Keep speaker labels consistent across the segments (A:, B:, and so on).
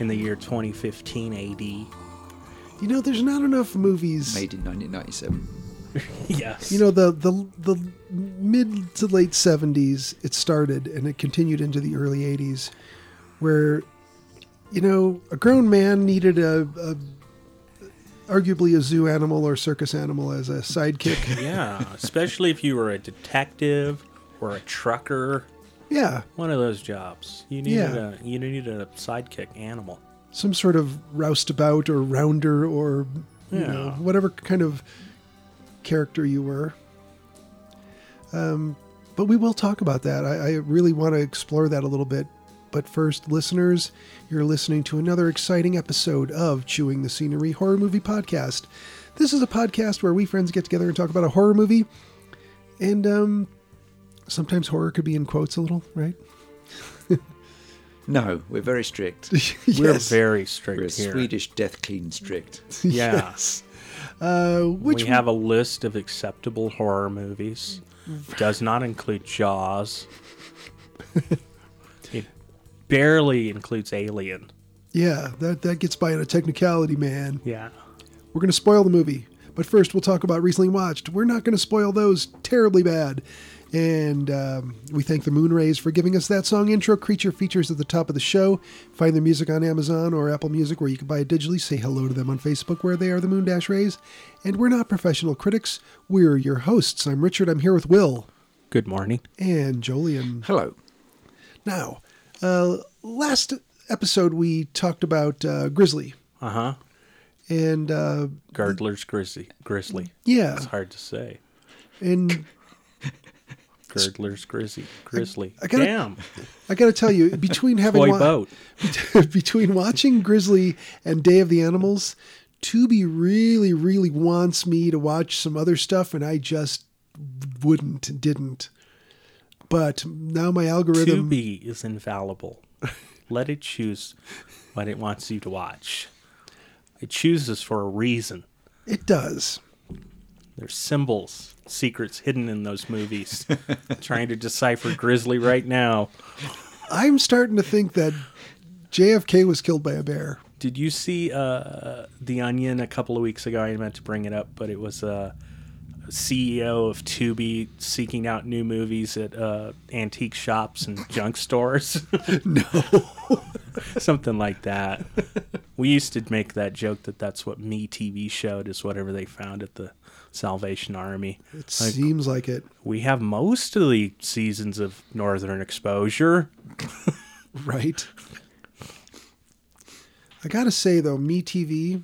A: in the year 2015 AD.
B: You know, there's not enough movies.
C: Made in 1997.
A: Yes.
B: You know, the the the mid to late 70s it started and it continued into the early 80s where you know, a grown man needed a, a arguably a zoo animal or circus animal as a sidekick.
A: yeah, especially if you were a detective or a trucker,
B: yeah,
A: one of those jobs. You needed
B: Yeah.
A: a you needed a sidekick animal.
B: some sort of roustabout or rounder or you
A: Yeah.
B: know, whatever kind of character you were. Um, but we will talk about that. I, I really want to explore that a little bit. But first, listeners, you're listening to another exciting episode of Chewing the Scenery Horror Movie Podcast. This is a podcast where we friends get together and talk about a horror movie. And um, sometimes horror could be in quotes a little, right?
C: No, we're very strict.
A: We're
B: Yes.
A: very strict
C: We're
A: here.
C: Swedish death clean strict.
A: Yeah.
B: Uh, which
A: we have a list of acceptable horror movies. Does not include Jaws. it barely includes Alien.
B: Yeah, that, that gets by on a technicality, man.
A: Yeah.
B: We're going to spoil the movie. But first, we'll talk about recently watched. We're not going to spoil those terribly bad. And um, we thank the Moon Rays for giving us that song intro. Creature features at the top of the show. Find their music on Amazon or Apple Music, where you can buy it digitally. Say hello to them on Facebook, where they are the Moon Dash Rays. And we're not professional critics. We're your hosts. I'm Richard. I'm here with Will
A: Good morning.
B: and Jolien.
C: Hello.
B: Now, uh, last episode we talked about uh, Grizzly
A: Uh huh.
B: and uh,
A: Girdler's Grizzly. Grizzly.
B: yeah,
A: It's hard to say.
B: and
A: Girdler's Grizzly. Grizzly.
B: I gotta-
A: Damn.
B: I got to tell you, between having
A: Boy
B: wa-
A: boat.
B: between watching Grizzly and Day of the Animals, Tubi really, really wants me to watch some other stuff, and I just wouldn't, didn't. But now my algorithm,
A: Tubi is infallible. Let it choose what it wants you to watch. It chooses for a reason.
B: it does.
A: There's symbols, secrets hidden in those movies. Trying to decipher Grizzly right now.
B: I'm starting to think that JFK was killed by a bear.
A: Did you see uh, The Onion a couple of weeks ago? I meant to bring it up, but it was uh, CEO of Tubi seeking out new movies at uh, antique shops and junk stores. no. Something like that. We used to make that joke that that's what Me TV showed is whatever they found at the Salvation Army.
B: It seems like it,
A: We have most of the seasons of Northern Exposure.
B: right? I gotta say though, MeTV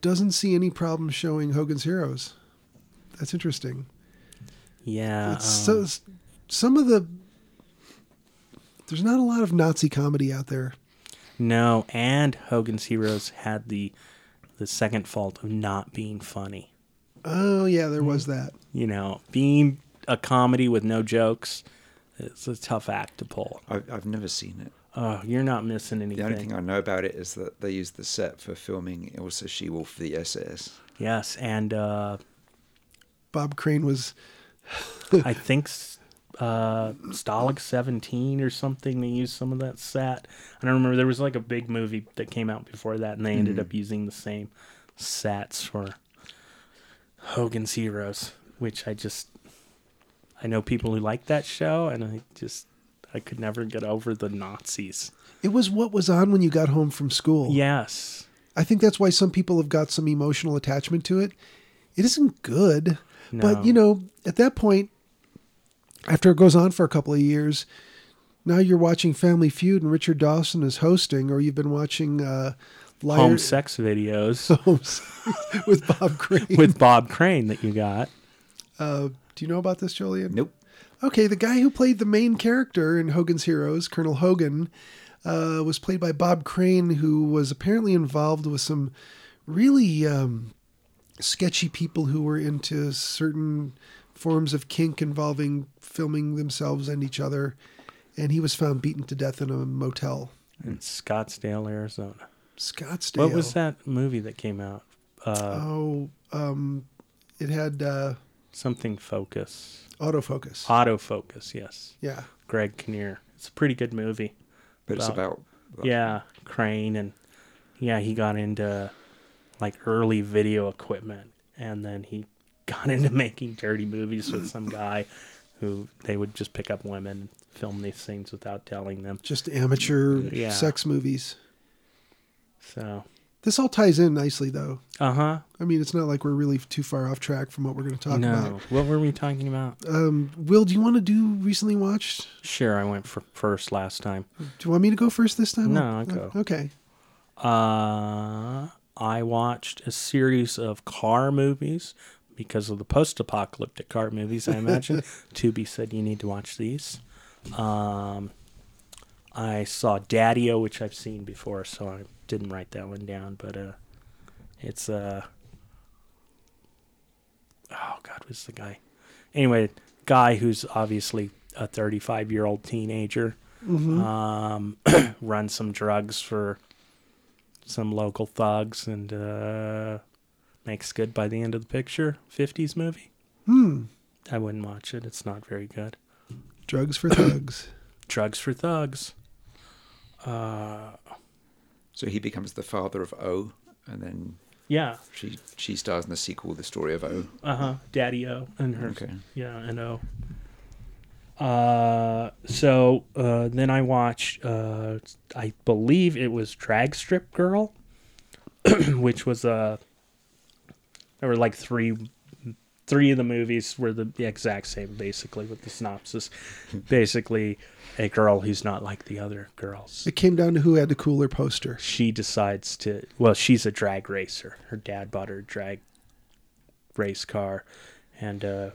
B: doesn't see any problem showing Hogan's Heroes. That's interesting.
A: Yeah.
B: It's
A: um,
B: so s- some of the there's not a lot of Nazi comedy out there.
A: No, and Hogan's Heroes had the the second fault of not being funny.
B: Oh yeah, there was that.
A: You know, being a comedy with no jokes, it's a tough act to pull.
C: I've, I've never seen it.
A: Oh, you're not missing
C: The only thing
A: anything.
C: I know about it is that they used the set for filming also She Wolf the SS.
A: Yes, and uh,
B: Bob Crane was
A: I think s- uh, Stalag 17 or something, they used some of that set. I don't remember. There was like a big movie that came out before that, and they ended up using the same sets for Hogan's Heroes, which I just I know people who like that show, and I just I could never get over the Nazis.
B: it was what was on when you got home from school.
A: Yes,
B: I think that's why some people have got some emotional attachment to it. It isn't good, but
A: No.
B: you know, at that point after it goes on for a couple of years, now you're watching Family Feud and Richard Dawson is hosting, or you've been watching uh, Liar-
A: Home sex videos
B: Home Sec- with Bob Crane.
A: with Bob Crane that you got.
B: uh, do you know about this, Julian?
C: Nope.
B: Okay, the guy who played the main character in Hogan's Heroes, Colonel Hogan, uh, was played by Bob Crane, who was apparently involved with some really um, sketchy people who were into certain forms of kink involving filming themselves and each other. And he was found beaten to death in a motel.
A: in Scottsdale, Arizona.
B: Scottsdale.
A: What was that movie that came out? Uh,
B: Oh, um, it had uh,
A: something Focus.
B: autofocus.
A: Autofocus, yes.
B: yeah.
A: Greg Kinnear. It's a pretty good movie.
C: But it's
A: About-
C: about.
A: Yeah, Crane and yeah, he got into like early video equipment and then he got into making dirty movies with some guy who they would just pick up women and film these things without telling them.
B: Just amateur
A: Yeah.
B: sex movies.
A: So,
B: This all ties in nicely, though.
A: uh-huh.
B: I mean, it's not like we're really too far off track from what we're going to talk
A: No.
B: about.
A: What were we talking about?
B: Um, Will, do you want to do recently watched?
A: Sure, I went for first last time.
B: Do you want me to go first this time?
A: No, I'll go.
B: Okay.
A: Uh, I watched a series of car movies because of the post-apocalyptic car movies. I imagine Tubi said you need to watch these. Um, I saw Daddy-O, which I've seen before, so I didn't write that one down. But uh, it's uh, oh God, was the guy? Anyway, guy who's obviously a 35-year-old teenager
B: Mm-hmm.
A: um, runs some drugs for some local thugs and uh, makes good by the end of the picture. 50s movie.
B: Hmm.
A: I wouldn't watch it. It's not very good.
B: Drugs for thugs.
A: Drugs for Thugs. Uh,
C: So he becomes the father of O, and then
A: yeah.
C: she she stars in the sequel, The Story of O.
A: Uh huh. Daddy O and her.
C: Okay.
A: Yeah, and O. Uh, so uh, then I watched. Uh, I believe it was Drag Strip Girl, which was Uh, there were like three, three of the movies were the, the exact same, basically, with the synopsis. basically, a girl who's not like the other girls
B: it came down to who had the cooler poster.
A: she decides to well she's a drag racer her dad bought her a drag race car and uh,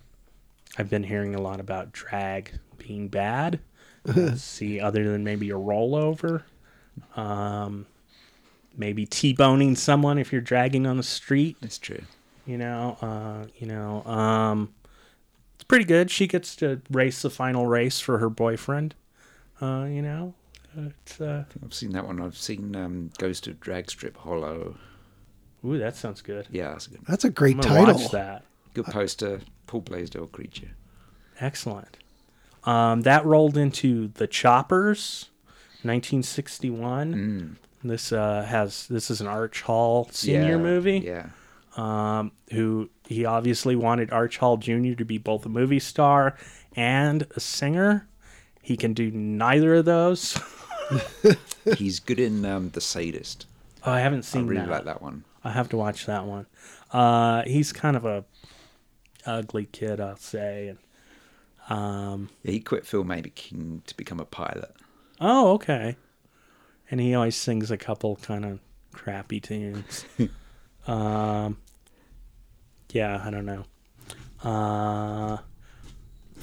A: i've been hearing a lot about drag being bad Let's see other than maybe a rollover um, maybe t-boning someone if you're dragging on the street
C: That's true.
A: you know uh, you know um, it's pretty good she gets to race the final race for her boyfriend uh, you know it's uh,
C: I've seen that one. I've seen um, Ghost of Dragstrip Hollow.
A: ooh that sounds good
C: Yeah, that's a good,
B: That's a great
A: I'm gonna
B: title.
A: watch that.
C: good poster. Paul Blaisdell creature.
A: Excellent. Um, that rolled into the Choppers, 1961. This uh, has this is an Arch Hall senior
C: Mm. yeah,
A: movie.
C: Yeah.
A: Um, who he obviously wanted Arch Hall Jr. to be both a movie star and a singer. He can do neither of those.
C: He's good in um, The Sadist.
A: Oh, I haven't
C: I
A: seen
C: really
A: that.
C: like that one.
A: I have to watch that one. Uh, he's kind of a ugly kid, I'll say. And
C: Yeah, he quit filmmaking to become a pilot.
A: Oh, okay. And he always sings a couple kind of crappy tunes. um, yeah, I don't know. Uh,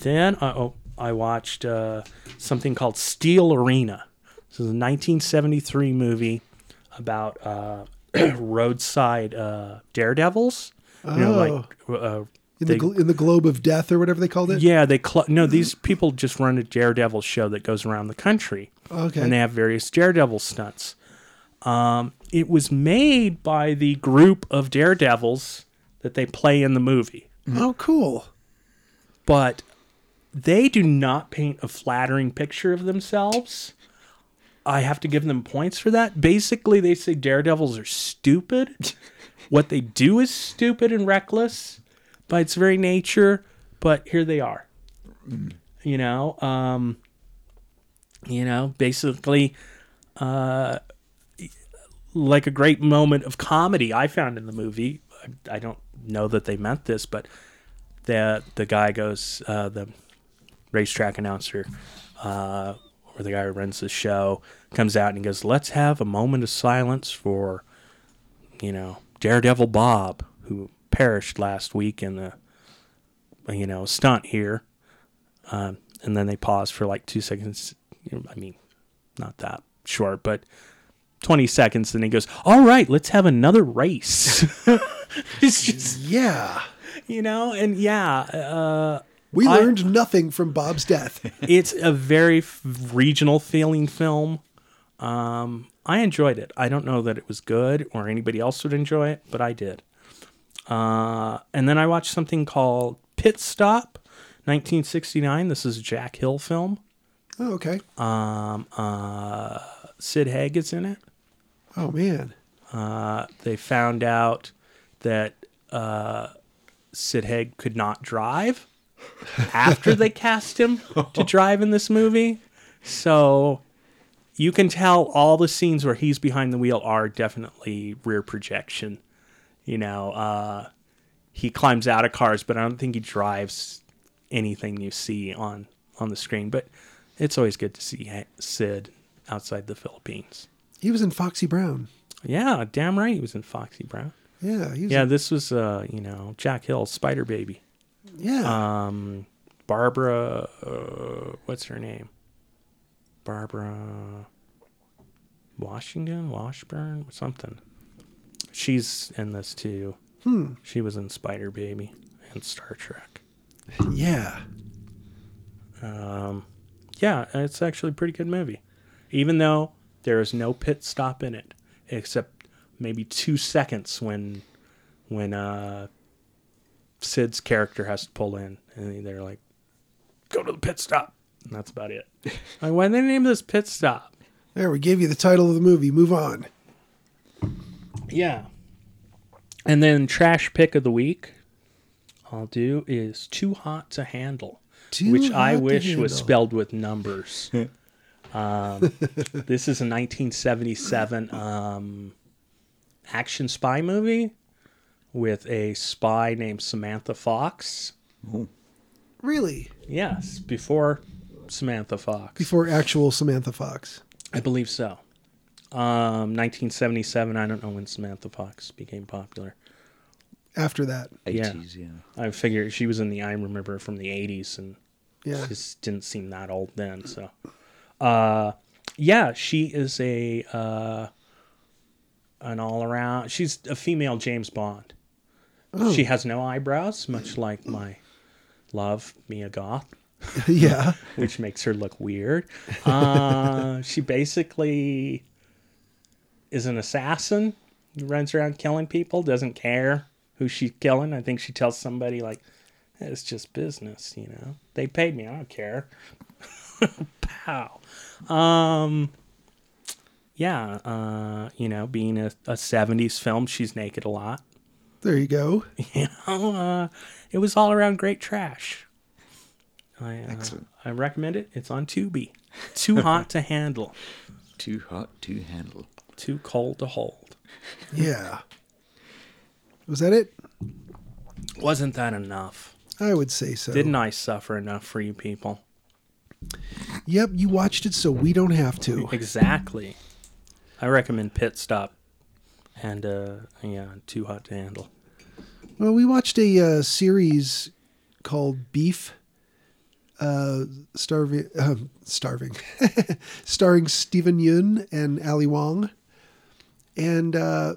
A: then I, oh, I watched uh, something called Steel Arena. This is a 1973 movie about uh, roadside uh, daredevils. You know, like uh,
B: Oh. In,
A: they-
B: the gl- in the globe of death or whatever they called it.
A: yeah, they cl- no. These people just run a daredevil show that goes around the country.
B: Okay.
A: and they have various daredevil stunts. Um, it was made by the group of daredevils that they play in the movie,
B: Oh, cool.
A: but they do not paint a flattering picture of themselves. I have to give them points for that. Basically, they say daredevils are stupid. what they do is stupid and reckless by its very nature, but here they are. You know, um, you know, basically, uh, like a great moment of comedy I found in the movie. I, I don't know that they meant this, but the the guy goes, uh, the racetrack announcer, uh, where the guy who runs the show comes out and he goes, "Let's have a moment of silence for, you know, Daredevil Bob who perished last week in the, you know, stunt here." Um, and then they pause for like two seconds. You know, I mean, not that short, but 20 seconds. And he goes, All right, let's have another race. it's just,
B: Yeah.
A: you know, and yeah, uh,
B: We
A: I-
B: learned nothing from Bob's death.
A: it's a very f- regional feeling film. Um, I enjoyed it. I don't know that it was good or anybody else would enjoy it, but I did. Uh, and then I watched something called Pit Stop, 1969. This is a Jack Hill film.
B: Oh, okay.
A: Um, uh, Sid Haig is in it.
B: Oh man.
A: Uh, they found out that uh, Sid Haig could not drive after they cast him to drive in this movie. So you can tell all the scenes where he's behind the wheel are definitely rear projection. You know, uh, he climbs out of cars, but I don't think he drives anything you see on on the screen. But it's always good to see Ha- Sid outside the Philippines.
B: He was in Foxy Brown.
A: Yeah, damn right he was in Foxy Brown.
B: Yeah. He was
A: Yeah, this was uh, you know, Jack Hill, Spider Baby.
B: yeah.
A: Um Barbara uh, what's her name? Barbara Washington, Washburn, something. She's in this too. Hmm. She was in Spider Baby and Star Trek.
B: yeah.
A: Um yeah, it's actually a pretty good movie. Even though there is no pit stop in it, except maybe two seconds when when uh Sid's character has to pull in and they're like, Go to the pit stop and that's about it. like, why did they name this pit stop?
B: There, we gave you the title of the movie. Move on.
A: Yeah. And then trash pick of the week I'll do is too hot to handle.
B: Too
A: which I
B: hot to
A: wish was
B: handle.
A: spelled with numbers. um, this is a 1977 um, action spy movie with a spy named Samantha Fox.
B: Really?
A: Yes, before Samantha Fox.
B: Before actual Samantha Fox.
A: I believe so. Um, 1977. I don't know when Samantha Fox became popular.
B: After that.
C: 80s, yeah.
A: I figure she was in the I remember from the 80s and
B: Yeah.
A: just didn't seem that old then. So, uh, yeah, she is a uh, an all around. She's a female James Bond. She has no eyebrows, much like my love Mia Goth,
B: yeah.
A: which makes her look weird. Uh, she basically is an assassin. Runs around killing people, doesn't care who she's killing. I think she tells somebody like, "It's just business, you know. They paid me. I don't care." Pow. Um. Yeah. Uh. You know, being a, a '70s film, she's naked a lot.
B: There you go.
A: You know, uh, it was all around great trash. I, uh,
C: Excellent.
A: I recommend it. It's on Tubi. Too hot to handle.
C: Too hot to handle.
A: Too cold to hold.
B: Yeah. Was that it?
A: Wasn't that enough?
B: I would say so.
A: Didn't I suffer enough for you people?
B: Yep, you watched it so we don't have to.
A: Exactly. I recommend Pit Stop and uh yeah, Too Hot to Handle.
B: Well, we watched a uh, series called Beef, uh, starving, um, starving, starring Stephen Yun and Ali Wong, and uh,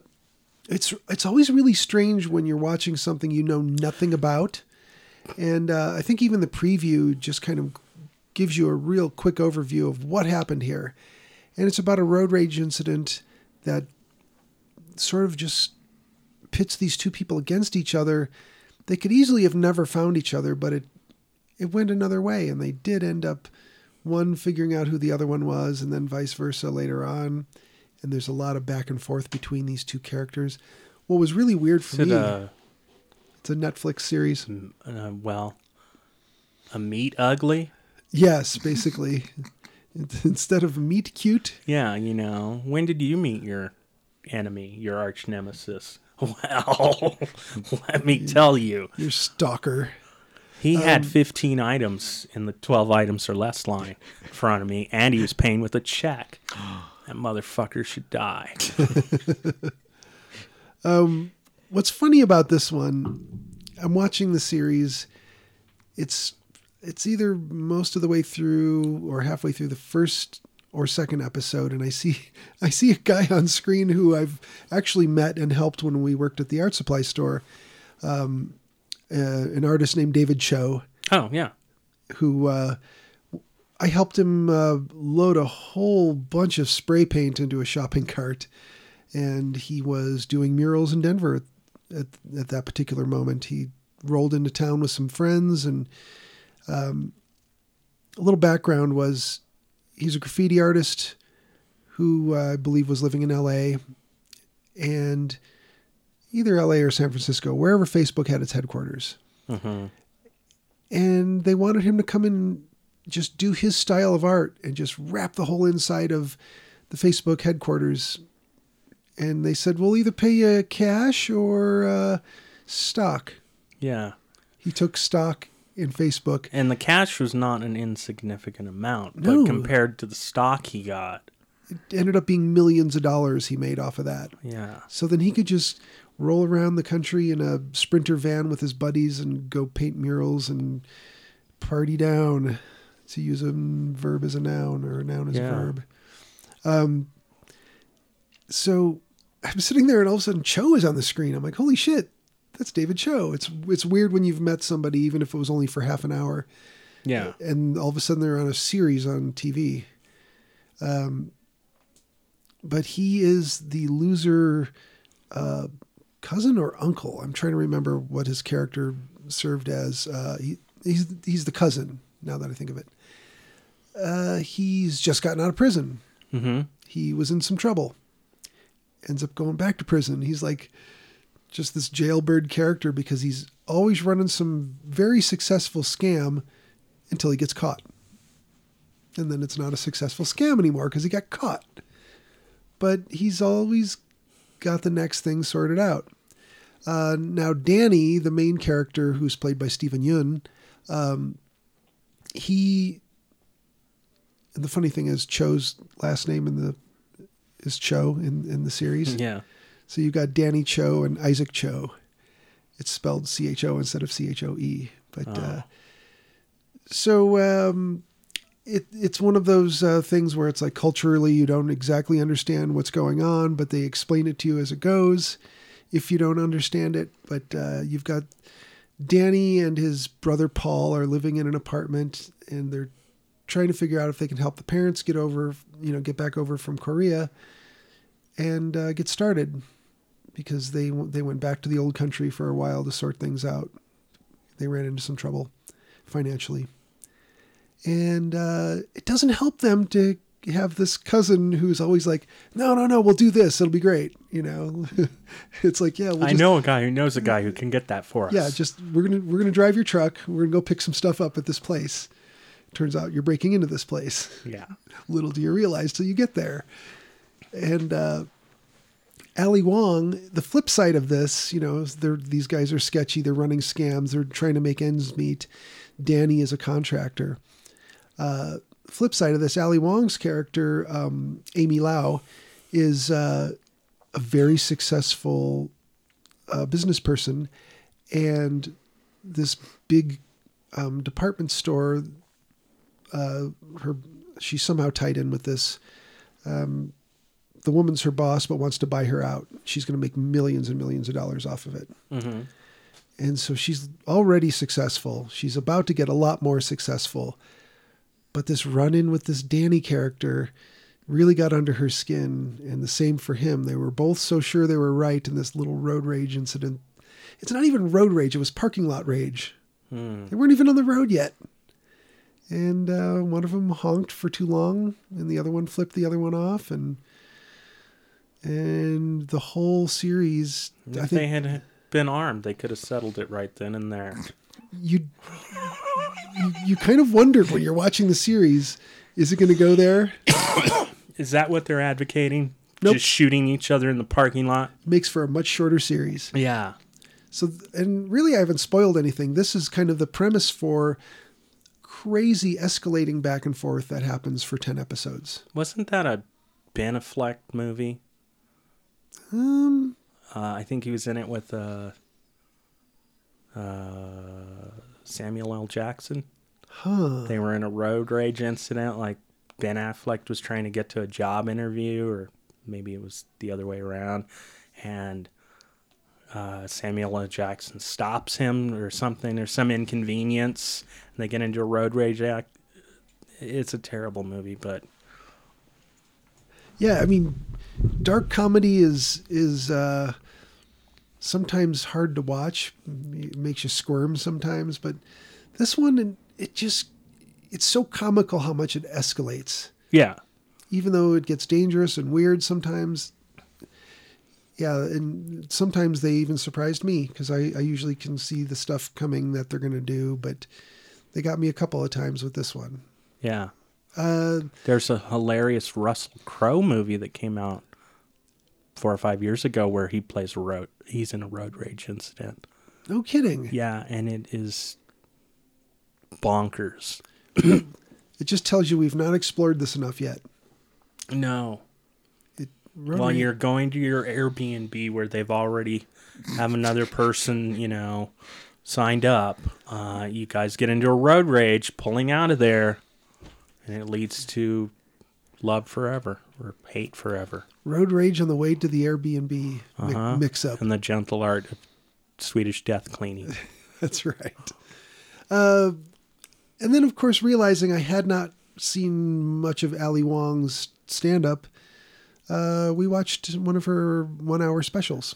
B: it's it's always really strange when you're watching something you know nothing about, and uh, I think even the preview just kind of gives you a real quick overview of what happened here, and it's about a road rage incident that sort of just pits these two people against each other. They could easily have never found each other, but it it went another way, and they did end up one figuring out who the other one was, and then vice versa later on. And there's a lot of back and forth between these two characters. What was really weird for
A: Is it uh,
B: me,
A: a,
B: it's a Netflix series.
A: uh, well, a meat ugly?
B: Yes, basically, instead of meet cute,
A: Yeah, you know. When did you meet your enemy, your arch nemesis? Well, let me tell you,
B: your stalker.
A: He had 15 items in the 12 items or less line in front of me, and he was paying with a check. That motherfucker should die.
B: what's funny about this one i'm watching the series it's it's either most of the way through or halfway through the first or second episode and i see i see a guy on screen who i've actually met and helped when we worked at the art supply store um, uh, an artist named david cho
A: Oh, yeah.
B: who uh, I helped him uh, load a whole bunch of spray paint into a shopping cart, and he was doing murals in Denver at, at, at that particular moment. He rolled into town with some friends, and um, a little background was he's a graffiti artist who uh, I believe was living in L.A. and either L.A. or San Francisco, wherever Facebook had its headquarters and they wanted him to come and just do his style of art and just wrap the whole inside of the Facebook headquarters. And they said, "We'll either pay you cash or uh, stock."
A: Yeah.
B: He took stock in Facebook.
A: And the cash was not an insignificant amount,
B: No.
A: but compared to the stock he got,
B: It ended up being millions of dollars he made off of that.
A: yeah.
B: So then he could just roll around the country in a sprinter van with his buddies and go paint murals and party down, to use a verb as a noun or a noun as a
A: Yeah.
B: verb. Um, so I'm sitting there and all of a sudden Cho is on the screen. I'm like, holy shit, that's David Cho. It's it's weird when you've met somebody, even if it was only for half an hour,
A: Yeah.
B: and all of a sudden they're on a series on TV. Um, but he is the loser uh, cousin or uncle. I'm trying to remember what his character served as. Uh, he, he's he's the cousin. Now that I think of it, uh, he's just gotten out of prison.
A: hmm
B: He was in some trouble. Ends up going back to prison. He's like just this jailbird character because he's always running some very successful scam until he gets caught. And then it's not a successful scam anymore because he got caught. But he's always got the next thing sorted out. Uh, now, Danny, the main character who's played by Stephen Yun, um, he and the funny thing is Cho's last name in the is Cho in, in the series.
A: Yeah.
B: So you've got Danny Cho and Isaac Cho. It's spelled C H O instead of C H O E. But uh, so um, it it's one of those uh, things where it's like culturally you don't exactly understand what's going on, but they explain it to you as it goes. If you don't understand it, but uh, you've got Danny and his brother Paul are living in an apartment, and they're trying to figure out if they can help the parents get over, you know, get back over from Korea and uh, get started because they they went back to the old country for a while to sort things out. They ran into some trouble financially, and uh, it doesn't help them to have this cousin who's always like, "No, no, no, we'll do this. It'll be great." You know, it's like, yeah, we'll
A: I
B: just-
A: know a guy who knows a guy who can get that for us.
B: yeah, just we're gonna we're gonna drive your truck. We're gonna go pick some stuff up at this place. Turns out you're breaking into this place.
A: yeah.
B: Little do you realize till you get there. And uh, Ali Wong, the flip side of this, you know, is they're, these guys are sketchy. They're running scams. They're trying to make ends meet. Danny is a contractor. Uh, flip side of this, Ali Wong's character, um, Amy Lau, is uh, a very successful uh, business person, and this big um, department store. Uh, her she's somehow tied in with this. Um, the woman's her boss, but wants to buy her out. She's going to make millions and millions of dollars off of it. And so she's already successful. She's about to get a lot more successful. But this run in with this Danny character really got under her skin. And the same for him. They were both so sure they were right in this little road rage incident. It's not even road rage, it was parking lot rage. They weren't even on the road yet. And uh, one of them honked for too long, and the other one flipped the other one off. And and the whole series,
A: If
B: I think
A: they had been armed, they could have settled it right then and there.
B: you you, you kind of wondered when you're watching the series is it going to go there
A: Is that what they're advocating?
B: Nope.
A: Just shooting each other in the parking lot?
B: makes for a much shorter series
A: Yeah.
B: So, th- and really, I haven't spoiled anything. This is kind of the premise for crazy escalating back and forth that happens for 10 episodes.
A: Wasn't that a Ben Affleck movie?
B: Um,
A: Uh, I think he was in it with uh, uh, Samuel L. Jackson.
B: huh.
A: They were in a road rage incident. Like Ben Affleck was trying to get to a job interview, or maybe it was the other way around, and uh, Samuel L. Jackson stops him or something. There's some inconvenience, and they get into a road rage. Act. It's a terrible movie, but
B: Yeah, I mean, dark comedy is is uh, sometimes hard to watch. It makes you squirm sometimes, but this one, it just it's so comical how much it escalates.
A: yeah,
B: even though it gets dangerous and weird sometimes. Yeah, and sometimes they even surprised me because I, I usually can see the stuff coming that they're going to do, but they got me a couple of times with this one.
A: yeah.
B: Uh,
A: There's a hilarious Russell Crowe movie that came out four or five years ago where he plays a road. He's in a road rage incident.
B: no kidding.
A: Yeah, and it is bonkers.
B: It just tells you we've not explored this enough yet.
A: No,
B: It,
A: while you're going to your Airbnb where they've already have another person, you know, signed up, uh, you guys get into a road rage, pulling out of there, and it leads to love forever or hate forever.
B: road rage on the way to the Airbnb
A: Uh-huh.
B: mi- mix up.
A: and the gentle art of Swedish death cleaning.
B: That's right. Uh, and then, of course, realizing I had not seen much of Ali Wong's stand up, uh, we watched one of her one hour specials.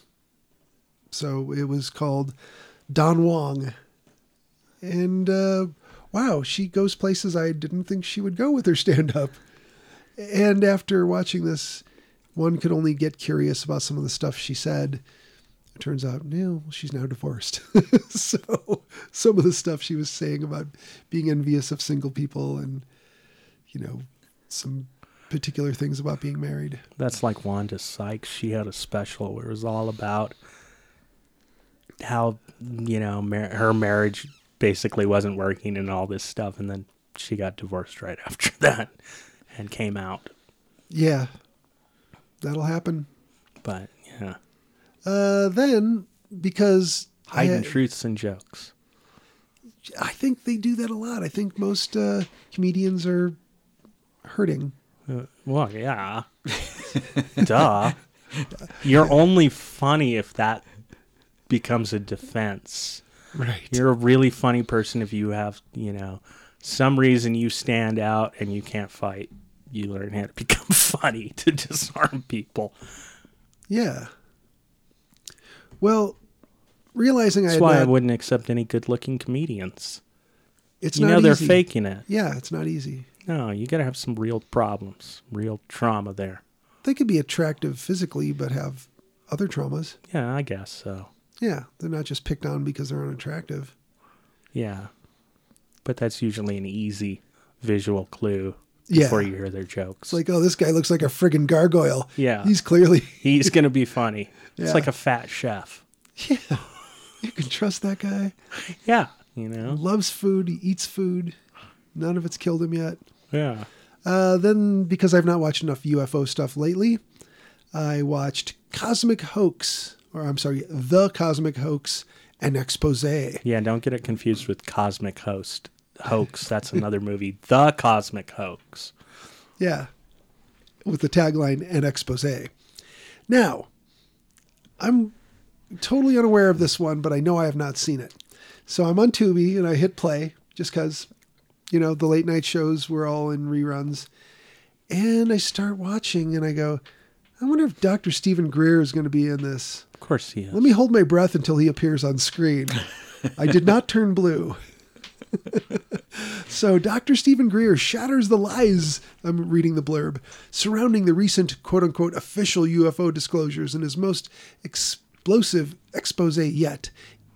B: So it was called Don Wong. And uh, wow, she goes places I didn't think she would go with her stand up. And after watching this, one could only get curious about some of the stuff she said turns out no she's now divorced so some of the stuff she was saying about being envious of single people and you know some particular things about being married
A: That's like Wanda Sykes. She had a special where it was all about how, you know, mar- her marriage basically wasn't working and all this stuff. And then she got divorced right after that and came out.
B: yeah that'll happen
A: But yeah,
B: uh then because I,
A: hiding truths and jokes.
B: I think they do that a lot i think most uh comedians are hurting
A: Uh, well, yeah. Duh. You're only funny if that becomes a defense.
B: right
A: You're a really funny person if you have, you know, some reason you stand out and you can't fight. You learn how to become funny to disarm people.
B: yeah well realizing i
A: That's
B: had
A: why I
B: not-
A: wouldn't accept any good-looking comedians.
B: it's
A: you
B: not
A: know they're
B: easy.
A: faking it.
B: yeah it's not easy
A: No, you got to have some real problems, real trauma there.
B: they could be attractive physically but have other traumas.
A: Yeah, I guess so.
B: Yeah, they're not just picked on because they're unattractive.
A: Yeah. But that's usually an easy visual clue
B: Yeah.
A: before you hear their jokes.
B: It's like, oh, this guy looks like a friggin' gargoyle.
A: Yeah.
B: he's clearly
A: He's going to be funny.
B: Yeah.
A: It's like a fat chef.
B: you can trust that guy.
A: Yeah, you know.
B: Loves food, he eats food. None of it's killed him yet.
A: Yeah.
B: Uh, then, because I've not watched enough UFO stuff lately, I watched Cosmic Hoax, or I'm sorry, The Cosmic Hoax, an expose.
A: Yeah, don't get it confused with Cosmic Host Hoax. That's another movie. The Cosmic Hoax.
B: Yeah. With the tagline and expose. Now, I'm totally unaware of this one, but I know I have not seen it. So I'm on Tubi and I hit play just because, you know, the late night shows were all in reruns. And I start watching and I go, I wonder if Dr. Stephen Greer is going to be in this.
A: Of course he is.
B: Let me hold my breath until he appears on screen. I did not turn blue. so, Dr. Stephen Greer shatters the lies, I'm reading the blurb, surrounding the recent quote unquote official UFO disclosures in his most explosive expose yet.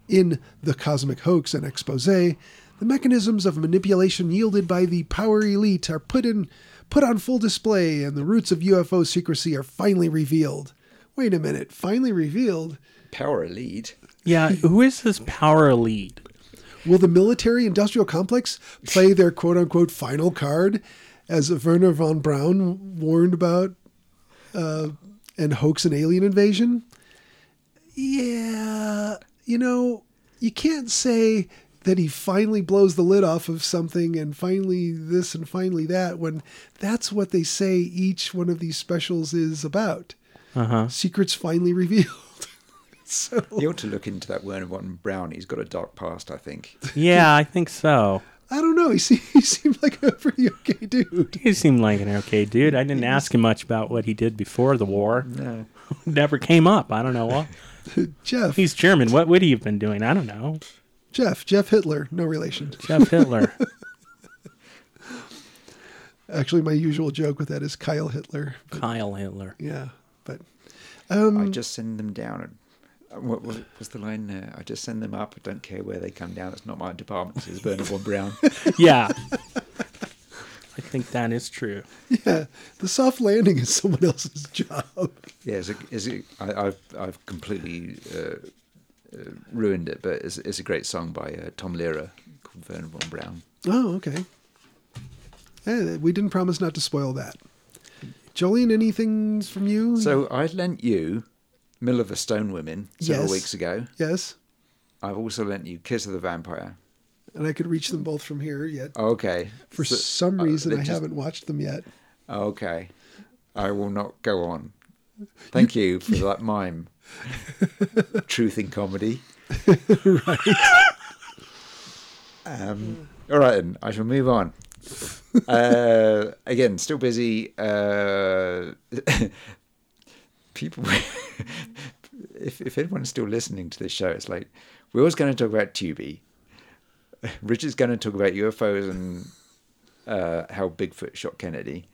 B: In The Cosmic Hoax and Expose, the mechanisms of manipulation yielded by the power elite are put in put on full display and the roots of UFO secrecy are finally revealed. Wait a minute, finally revealed?
C: Power elite.
A: Yeah, who is his power lead?
B: Will the military industrial complex play their quote unquote final card as Werner von Braun warned about uh, and hoax an alien invasion? Yeah, you know, you can't say that he finally blows the lid off of something and finally this and finally that when that's what they say each one of these specials is about.
A: Uh-huh.
B: Secrets finally revealed. so
C: You ought to look into that Werner von Brown. He's got a dark past, I think.
A: Yeah, I think so.
B: I don't know. He, se- he seemed like a pretty okay dude.
A: He seemed like an okay dude. I didn't ask him much about what he did before the war.
C: No.
A: Never came up. I don't know what.
B: Jeff,
A: He's German. What would he have been doing? I don't know.
B: Jeff, Jeff Hitler, no relation.
A: Jeff Hitler.
B: Actually, my usual joke with that is Kyle Hitler.
A: Kyle Hitler.
B: Yeah, but
C: I just send them down. And, uh, what, what was the line there? I just send them up. I don't care where they come down. It's not my department. Says Werner von Brown.
A: Yeah. I think that is true.
B: yeah, the soft landing is someone else's job.
C: Yeah, it's a, it's a, I, I've I've completely uh, uh, ruined it, but it's, it's a great song by uh, Tom Lehrer called Werner von Brown.
B: Oh, okay. Eh, we didn't promise not to spoil that. Jolene, anything from you?
C: So I lent you Mill of the Stone Women
B: Mm-hmm.
C: several
B: Yes.
C: weeks ago.
B: yes,
C: I've also lent you Kiss of the Vampire.
B: and I could reach them both from here yet.
C: Okay.
B: For
C: So-
B: some
C: uh,
B: reason, I
C: they just-
B: haven't watched them yet.
C: Okay. I will not go on. Thank you for that mime. Truth in comedy. right. Um, all right, then. I shall move on. Uh, again, still busy. Uh, people, if, if anyone's still listening to this show, it's like, we're always going to talk about Tubi. Richard's going to talk about UFOs and uh, how Bigfoot shot Kennedy.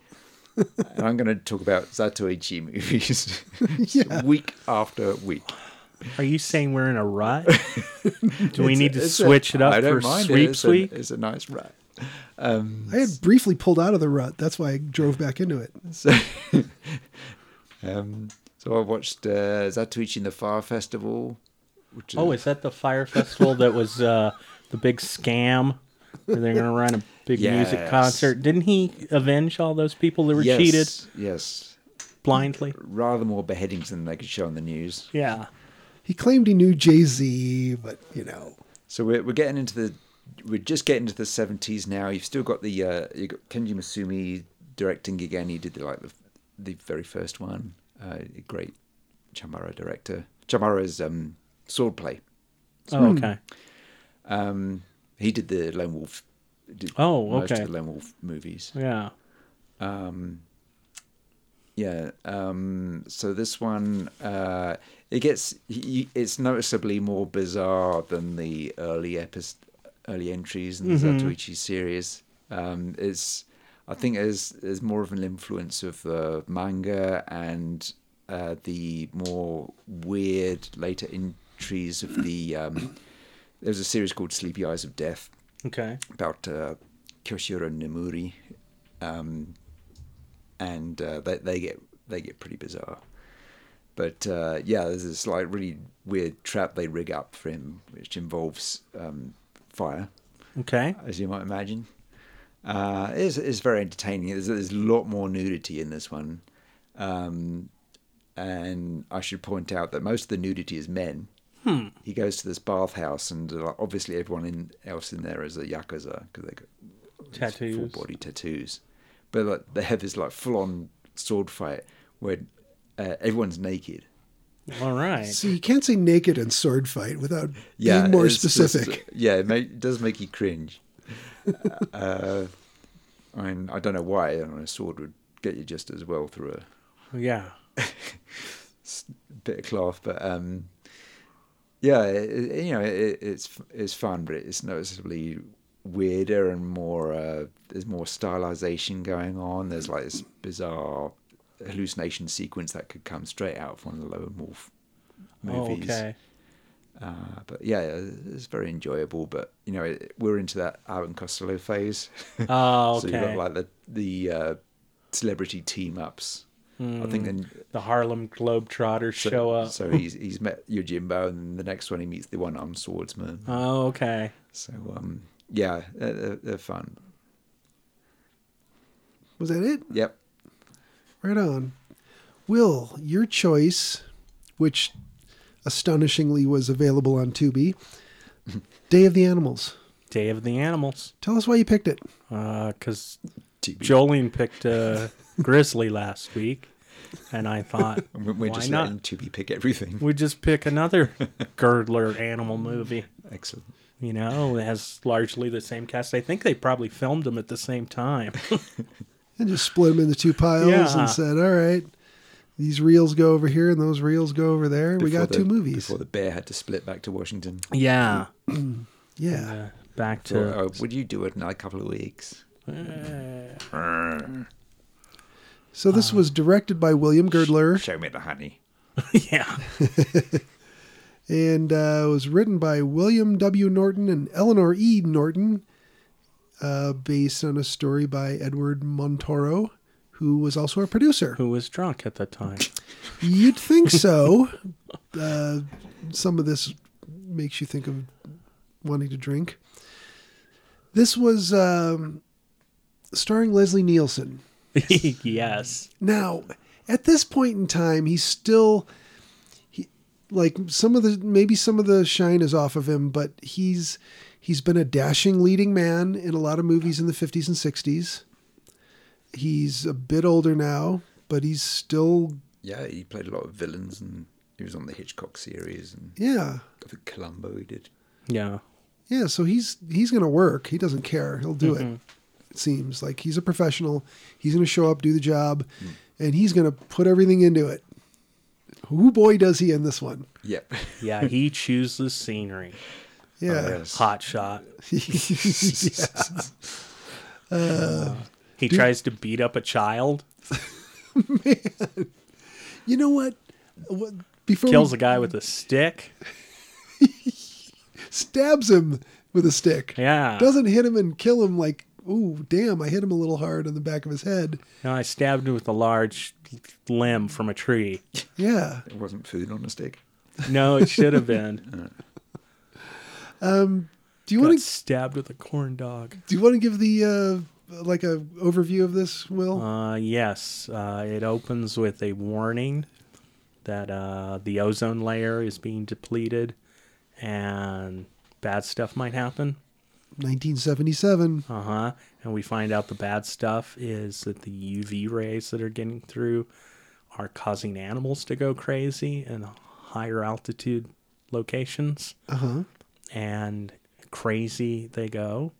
C: and I'm going to talk about Zatoichi movies
B: Yeah.
C: week after week.
A: Are you saying we're in a rut? Do we need to
C: It's a-
A: switch it
C: I
A: up
C: don't
A: for
C: mind it.
A: sweeps
C: It's a-
A: week?
C: It's a nice rut.
B: I had briefly pulled out of the rut. That's why I drove back into it.
C: So, um, so I watched uh, Zatoichi in the Fire Festival. Which
A: Oh, is that the fire festival that was uh, the big scam? Where they're going to run a big music
C: Yes.
A: concert? Didn't he avenge all those people that were
C: yes,
A: cheated
C: Yes.
A: blindly?
C: Rather more beheadings than they could show on the news.
A: Yeah.
B: He claimed he knew Jay Z, but you know,
C: So we're, we're getting into the we're just getting into the seventies now. You've still got the uh, you got Kenji Masumi directing again. He did the, like the, the very first one. Uh, great Chamara director. Chamara's um, swordplay.
A: Oh,
C: Hmm.
A: okay.
C: Um, he did the Lone Wolf. Did
A: Oh,
C: most of
A: okay.
C: the Lone Wolf movies.
A: Yeah.
C: Yeah. Um, so this one, uh, it gets y- y- it's noticeably more bizarre than the early epis early entries in the
A: Mm-hmm.
C: Zatoichi series. Um, it's I think there's there's more of an influence of the manga and uh, the more weird later entries of the. Um, there's a series called Sleepy Eyes of Death
A: Okay.
C: about uh, Kyoshiro Nomuri, um, and uh, they, they get they get pretty bizarre. But uh, yeah, there's this like really weird trap they rig up for him, which involves um, fire,
A: Okay.
C: as you might imagine. Uh, it's, it's very entertaining. There's, there's a lot more nudity in this one, um, and I should point out that most of the nudity is men. He goes to this bathhouse, and uh, obviously everyone in, else in there is a yakuza because they got these full
A: Tattoos.
C: body tattoos. But like, they have this like full on sword fight where uh, everyone's naked.
A: All right.
B: so you can't say naked and sword fight without
C: Yeah,
B: being more
C: it's just-
B: specific.
C: yeah, it, make, it does make you cringe. uh, I mean, I don't know why. I don't know, a sword would get you just as well through a
A: Yeah.
C: bit of cloth, but um, yeah, it, it- you know, it, it's it's fun, but it's noticeably weirder and more. Uh, there's more stylization going on. There's like this bizarre hallucination sequence that could come straight out of one of the Lone Wolf
A: Oh,
C: movies.
A: okay.
C: Uh, but yeah, it's very enjoyable. But you know, it, we're into that Aaron Costello phase.
A: Oh,
C: so you've got
A: okay.
C: like the the uh, celebrity team ups I think then
A: The Harlem Globetrotters
C: so,
A: Hmm. show up.
C: So he's he's met Yojimbo, and the next one he meets the one armed swordsman.
A: Oh, okay.
C: So um, yeah, they're, they're- they're fun.
B: Was that it?
C: Yep.
B: Right on. Will, your choice, which astonishingly was available on Tubi, Day of the Animals.
A: Day of the Animals.
B: Tell us why you picked it.
A: Because
C: TB.
A: Jolene picked a grizzly last week, and I thought,
C: We're we're
A: why
C: just
A: not?
C: letting Tubi pick everything.
A: We just pick another girdler animal movie.
C: Excellent.
A: You know, it has largely the same cast. I think they probably filmed them at the same time.
B: And just split them into two piles
A: Yeah.
B: and said, all right, these reels go over here and those reels go over there. we
C: Before
B: got
C: the-
B: two movies.
C: Before the bear had to split back to Washington.
A: yeah.
B: yeah.
A: Uh, back
C: Or,
A: to.
C: uh, would you do it in a couple of weeks?
A: Uh.
B: So
C: Uh,
B: this was directed by William Girdler
C: Show me the honey.
A: yeah.
B: and uh, was written by William W. Norton and Eleanor E. Norton, uh, based on a story by Edward Montoro, who was also a producer.
A: Who was drunk at the time?
B: You'd think so. uh, some of this makes you think of wanting to drink. This was um, starring Leslie Nielsen.
A: yes.
B: Now, at this point in time, he's still he like some of the maybe some of the shine is off of him, but he's he's been a dashing leading man in a lot of movies in the 50s and 60s. He's a bit older now, but he's still
C: Yeah, he played a lot of villains, and he was on the Hitchcock series, and
B: yeah.
C: I think Columbo he did.
A: Yeah.
B: Yeah, so he's he's gonna work. He doesn't care. He'll do it. It seems like he's a professional. He's gonna show up, do the job, and he's gonna put everything into it. Who boy does he in this one?
C: Yep. Oh,
A: Yeah. He chooses scenery.
B: Yeah,
C: Yes.
A: Hot shot.
B: Yeah.
A: He tries to beat up a child,
B: You know what? What- Before we-
A: kills a guy with a stick.
B: stabs him with a stick.
A: Yeah.
B: doesn't hit him and kill him like. Ooh, damn! I hit him a little hard on the back of his head.
A: No, I stabbed him with a large limb from a tree.
B: Yeah,
C: It wasn't food on a stick.
A: No, it should have been.
B: do you
A: Got
B: want to
A: stabbed with a corn dog.
B: do you want to give the uh, like a overview of this, Will?
A: Uh, yes, uh, it opens with a warning that uh, the ozone layer is being depleted and bad stuff might happen.
B: 1977.
A: Uh huh. And we find out the bad stuff is that the UV rays that are getting through are causing animals to go crazy in higher altitude locations.
B: Uh huh.
A: and crazy they go.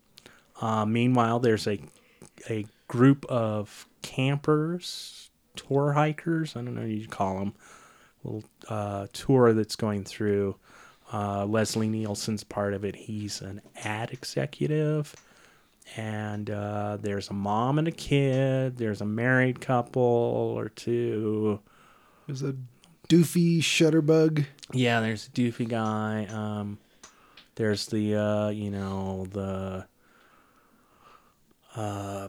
A: Uh, meanwhile, there's a a group of campers, tour hikers. I don't know what you call them. Little uh, tour that's going through. Uh, Leslie Nielsen's part of it. He's an ad executive, and uh, there's a mom and a kid. There's a married couple or two.
B: There's a doofy shutterbug.
A: Yeah, there's the doofy guy. Um, there's the uh, you know the uh,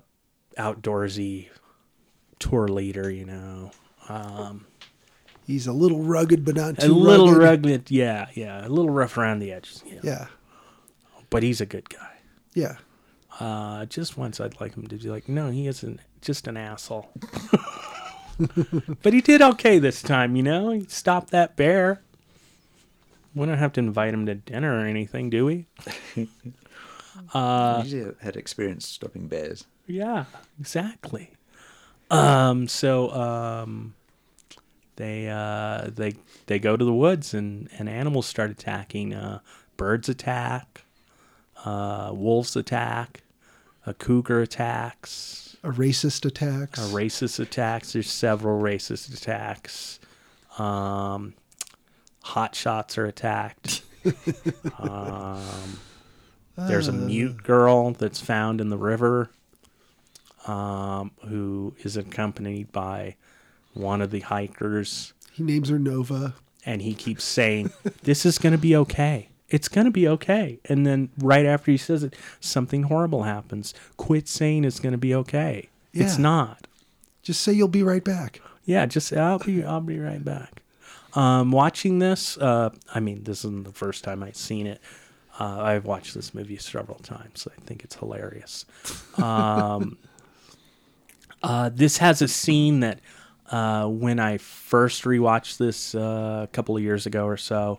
A: outdoorsy tour leader. You know, um,
B: He's a little rugged, but not
A: a
B: too
A: little
B: rugged.
A: rugged. Yeah, yeah, a little rough around the edges. Yeah,
B: Yeah,
A: but he's a good guy.
B: yeah.
A: Uh, just once I'd like him to be like, no, he isn't. Just an asshole. but he did okay this time, you know. He stopped that bear. We don't have to invite him to dinner or anything, do we?
C: Uh, usually had experience stopping bears.
A: Yeah, exactly. Um, so um, they uh, they they go to the woods and, and animals start attacking. Uh, birds attack, uh, wolves attack, a cougar attacks,
B: A racist attacks.
A: a racist attacks. There's several racist attacks. Um, hot shots are attacked. um, there's a mute girl that's found in the river um, who is accompanied by one of the hikers
B: he names her Nova.
A: and he keeps saying this is going to be okay it's going to be okay and then right after he says it something horrible happens quit saying it's going to be okay it's
B: Yeah.
A: not
B: Just say you'll be right back.
A: yeah, just I'll be I'll be right back. Um, watching this, uh, I mean, this isn't the first time I've seen it. Uh, I've watched this movie several times. I think it's hilarious. Um, uh, this has a scene that uh, when I first rewatched this uh, a couple of years ago or so,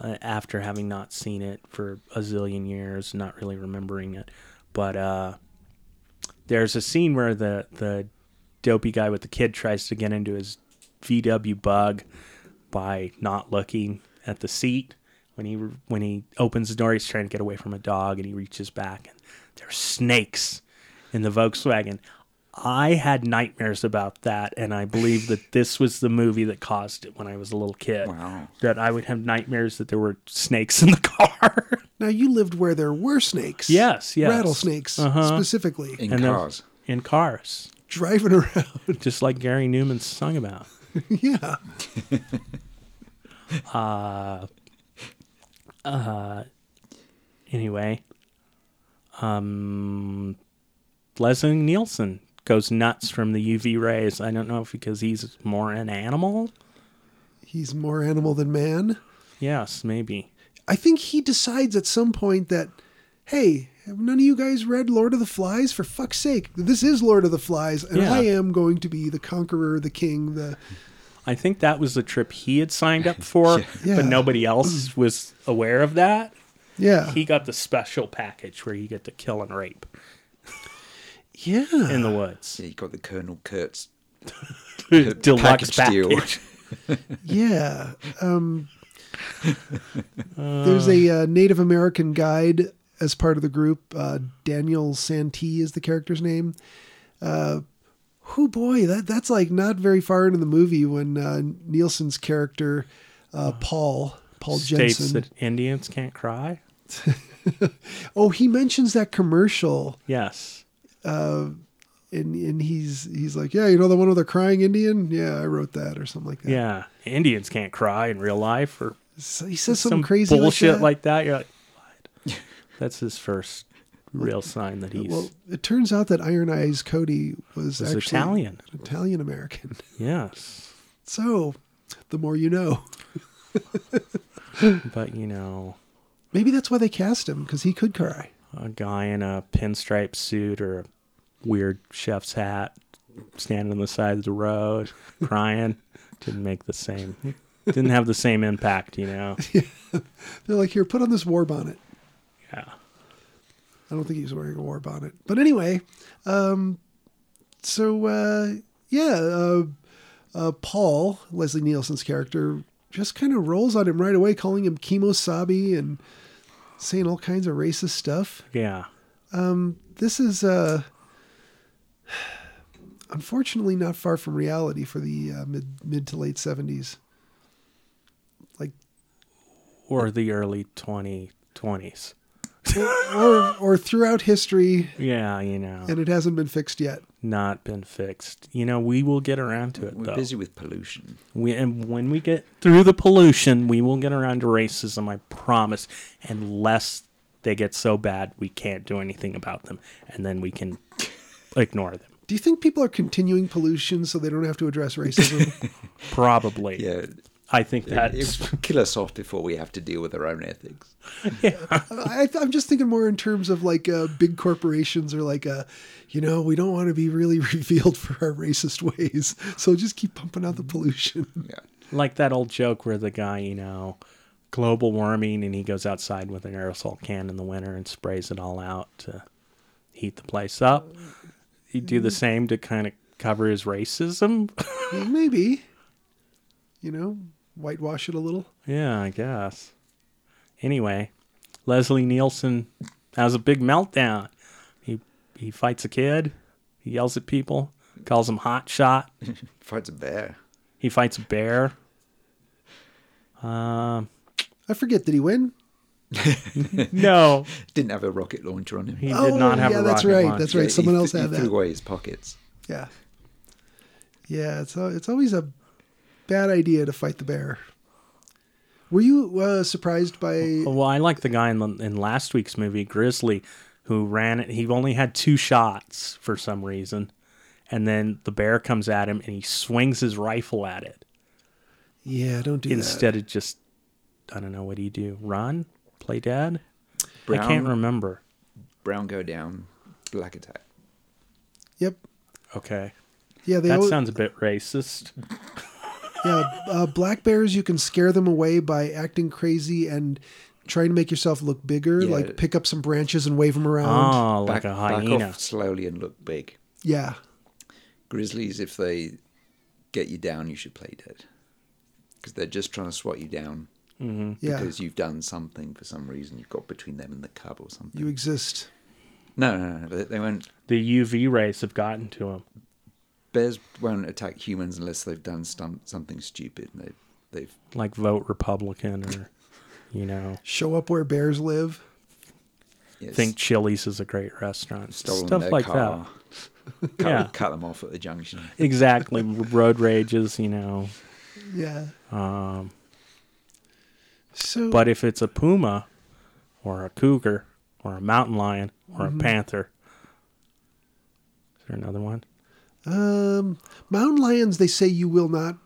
A: uh, after having not seen it for a zillion years, not really remembering it, but uh, there's a scene where the the dopey guy with the kid tries to get into his VW bug by not looking at the seat. When he when he opens the door, he's trying to get away from a dog, and he reaches back, and there's snakes in the Volkswagen. I had nightmares about that, and I believe that this was the movie that caused it when I was a little kid.
C: Wow.
A: That I would have nightmares that there were snakes in the car.
B: Now you lived where there were snakes.
A: Yes, yes. Uh-huh.
B: Rattlesnakes specifically.
C: in
A: And they're-
C: cars.
A: in cars,
B: Driving around.
A: just like Gary Newman sung about.
B: yeah.
A: Anyway, um, Leslie Nielsen goes nuts from the UV rays. I don't know if because he's more an animal.
B: He's more animal than man.
A: Yes, maybe.
B: I think he decides at some point that, hey, have none of you guys read Lord of the Flies? For fuck's sake, this is Lord of the Flies, and
A: Yeah.
B: I am going to be the conqueror, the king, the
A: I think that was the trip he had signed up for,
B: Yeah.
A: but nobody else was aware of that.
B: yeah,
A: He got the special package where you get to kill and rape
B: yeah.
A: in the woods.
C: Yeah, you got the Colonel Kurtz.
A: Deluxe
B: Uh,
C: Package deal.
A: package.
B: Yeah. Um, there's a uh, Native American guide as part of the group. Uh, Daniel Santee is the character's name. Uh, who boy, that that's like not very far into the movie when uh, Nielsen's character, uh, Paul Paul
A: States
B: Jensen.
A: that Indians can't cry.
B: Oh, he mentions that commercial,
A: Yes.
B: and and he's he's like, yeah, you know the one with the crying Indian? Yeah, I wrote that or something like that.
A: Yeah. Indians can't cry in real life or
B: So he says something
A: some
B: crazy
A: bullshit
B: like that.
A: like that. You're like, what? That's his first real sign that he's
B: Uh, Well, it turns out that Iron Eyes Cody was,
A: Was
B: actually
A: Italian.
B: Italian American.
A: yes.
B: So, the more you know.
A: But you know,
B: Maybe that's why they cast him because he could cry.
A: a guy in a pinstripe suit or a weird chef's hat standing on the side of the road crying didn't make the same didn't have the same impact you know
B: They're like, here, put on this war bonnet.
A: yeah
B: I don't think he was wearing a war bonnet, but anyway, um, so uh, yeah, uh, uh, Paul Leslie Nielsen's character just kind of rolls on him right away, calling him chemosabi and saying all kinds of racist stuff.
A: yeah
B: this is uh unfortunately not far from reality for the uh, mid mid to late 70s like
A: or the early 2020s
B: or or throughout history
A: yeah you know
B: and it hasn't been fixed yet
A: not been fixed you know we will get around to it
C: We're
A: though
C: busy with pollution.
A: We, and when we get through the pollution, we will get around to racism, I promise, unless they get so bad we can't do anything about them. And then we can ignore them.
B: do you think people are continuing pollution so they don't have to address racism
A: Probably.
C: Yeah.
A: I think
C: It,
A: that's.
C: it would kill us off before we have to deal with our own ethics.
B: I, i'm just thinking more in terms of like uh, big corporations or like uh, you know we don't want to be really revealed for our racist ways so just keep pumping out the pollution
C: Yeah.
A: like that old joke where the guy, you know, global warming, and he goes outside with an aerosol can in the winter and sprays it all out to heat the place up. He'd do the same to kind of cover his racism.
B: Well, maybe. You know, whitewash it a little.
A: Yeah, I guess. Anyway, Leslie Nielsen has a big meltdown. He he fights a kid. He yells at people. Calls him hot shot.
C: Fights a bear.
A: He fights a bear. Um,
B: I forget. Did he win?
A: no,
C: Didn't have a rocket launcher on him.
A: he
C: Yeah,
A: did
B: Oh,
A: not have
B: yeah,
A: a
B: that's
A: rocket
B: right,
A: launcher.
B: that's right. someone
C: he,
B: else
C: th-
B: had
C: he
B: that.
C: threw away his pockets.
B: Yeah. Yeah. It's al- it's always a bad idea to fight the bear. Were you uh, surprised by?
A: Well, I like the guy in, in last week's movie, Grizzly, who ran it. He only had two shots for some reason, and then the bear comes at him and he swings his rifle at it
B: Yeah, don't do
A: instead of just I don't know what do you do? Run? Play dead? I
C: Brown-
A: can't remember.
C: Brown go down, black attack.
B: that. Yep.
A: Okay.
B: Yeah, they
A: That
B: always,
A: sounds a bit racist.
B: yeah, uh, black bears you can scare them away by acting crazy and trying to make yourself look bigger,
C: Yeah.
B: like pick up some branches and wave them around.
A: Oh, like
C: Back,
A: a
C: back
A: hyena.
C: off slowly and look big.
B: Yeah.
C: Grizzlies, if they get you down, you should play dead because they're just trying to swat you down
B: Yeah.
C: because you've done something for some reason. You've got between them and the cub or something.
B: you exist.
C: No, no, no, they- they won't.
A: The UV rays have gotten to him.
C: Bears won't attack humans unless they've done stum- something stupid. And they've, they've
A: Like vote Republican or you know.
B: Show up where bears live.
C: yes,
A: Think Chili's is a great restaurant.
C: stolen
A: Stuff
C: their
A: like
C: car,
A: that. yeah.
C: cut them off at the junction.
A: Exactly. Road rages, you know.
B: Yeah. Um. So,
A: But if it's a puma or a cougar or a mountain lion or
C: Mm-hmm.
A: a panther. Is there another one?
B: um, mountain lions, they say you will not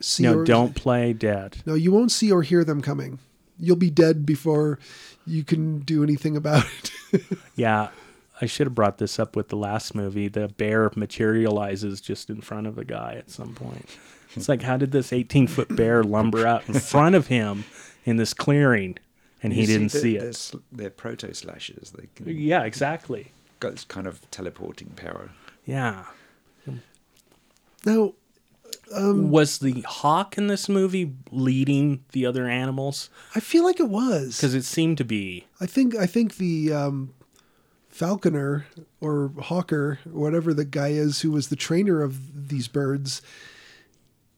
B: see.
A: No,
B: or,
A: don't play dead.
B: No, you won't see or hear them coming. You'll be dead before you can do anything about it.
A: Yeah, I should have brought this up with the last movie. The bear materializes just in front of the guy at some point. It's like, how did this 18 foot bear lumber out in front of him in this clearing and he
C: You
A: didn't
C: that
A: see
C: They're,
A: it?
C: sl- they're proto slashers. They can,
A: Yeah, exactly.
C: got this kind of teleporting power.
A: Yeah.
B: now,
A: Was the hawk in this movie leading the other animals?
B: I feel like it was
A: Because it seemed to be.
B: I think I think the um, falconer or hawker, whatever the guy is who was the trainer of these birds,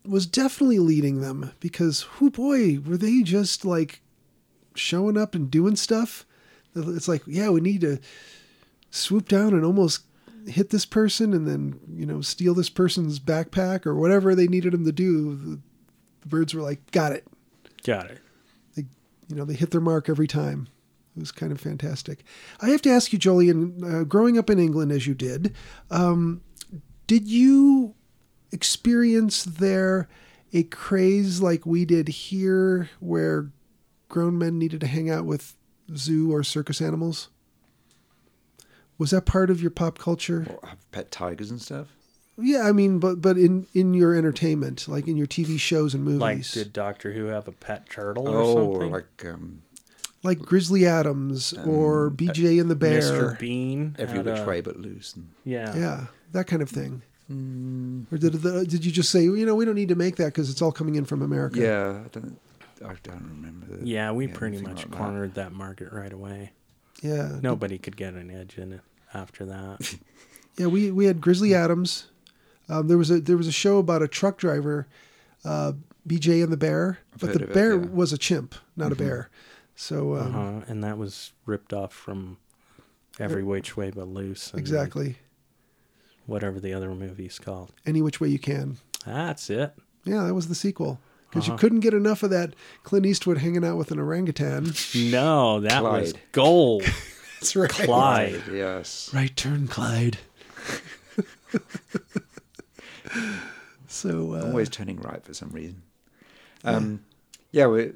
B: was definitely leading them because, whoo boy, were they just like showing up and doing stuff? It's like, yeah, we need to swoop down and almost hit this person and then you know steal this person's backpack or whatever they needed him to do. The, the birds were like, got it
A: Got it.
B: they you know they hit their mark every time it was kind of fantastic i have to ask you jolien uh, growing up in england as you did um, did you experience there a craze like we did here where grown men needed to hang out with zoo or circus animals was that part of your pop culture
C: Or have pet tigers and stuff.
B: yeah i mean but but in in your entertainment like in your tv shows and movies
A: Like, did Doctor Who have a pet turtle or
C: Oh,
A: something?
C: like um,
B: like Grizzly Adams
A: Um, uh,
B: or BJ and the Bear.
A: Mr. Bean.
C: every
A: had uh,
C: which
A: a-
C: way but loose. And
B: Yeah, that kind of thing.
C: Mm.
B: Or did the, did you just say you know we don't need to make that because it's all coming in from America?
C: Yeah, I don't, I don't remember. that.
A: Yeah, we pretty
C: anything
A: much
C: like that.
A: cornered that. market right away.
B: yeah,
A: Nobody could get an edge in it after that.
B: yeah. We we had Grizzly
C: Mm.
B: Adams. Um, there was a there was a show about a truck driver, uh, BJ and the Bear, but
C: heard
B: the
C: of it,
B: bear
C: yeah. Mm-hmm. Uh-huh.
B: was a chimp, not a bear. So um,
A: uh, and that was ripped off from Every Which Way But Loose. And
B: exactly,
A: Whatever the other movie's called.
B: any which way you can.
A: That's it.
B: Yeah, that was the sequel because
C: Uh-huh.
B: you couldn't get enough of that Clint Eastwood hanging out with an orangutan.
A: No, that was
C: Clyde.
A: gold.
B: That's right.
A: Clyde.
C: Yes.
B: Right turn, Clyde. so uh,
C: Always turning right for some reason. Um, yeah, we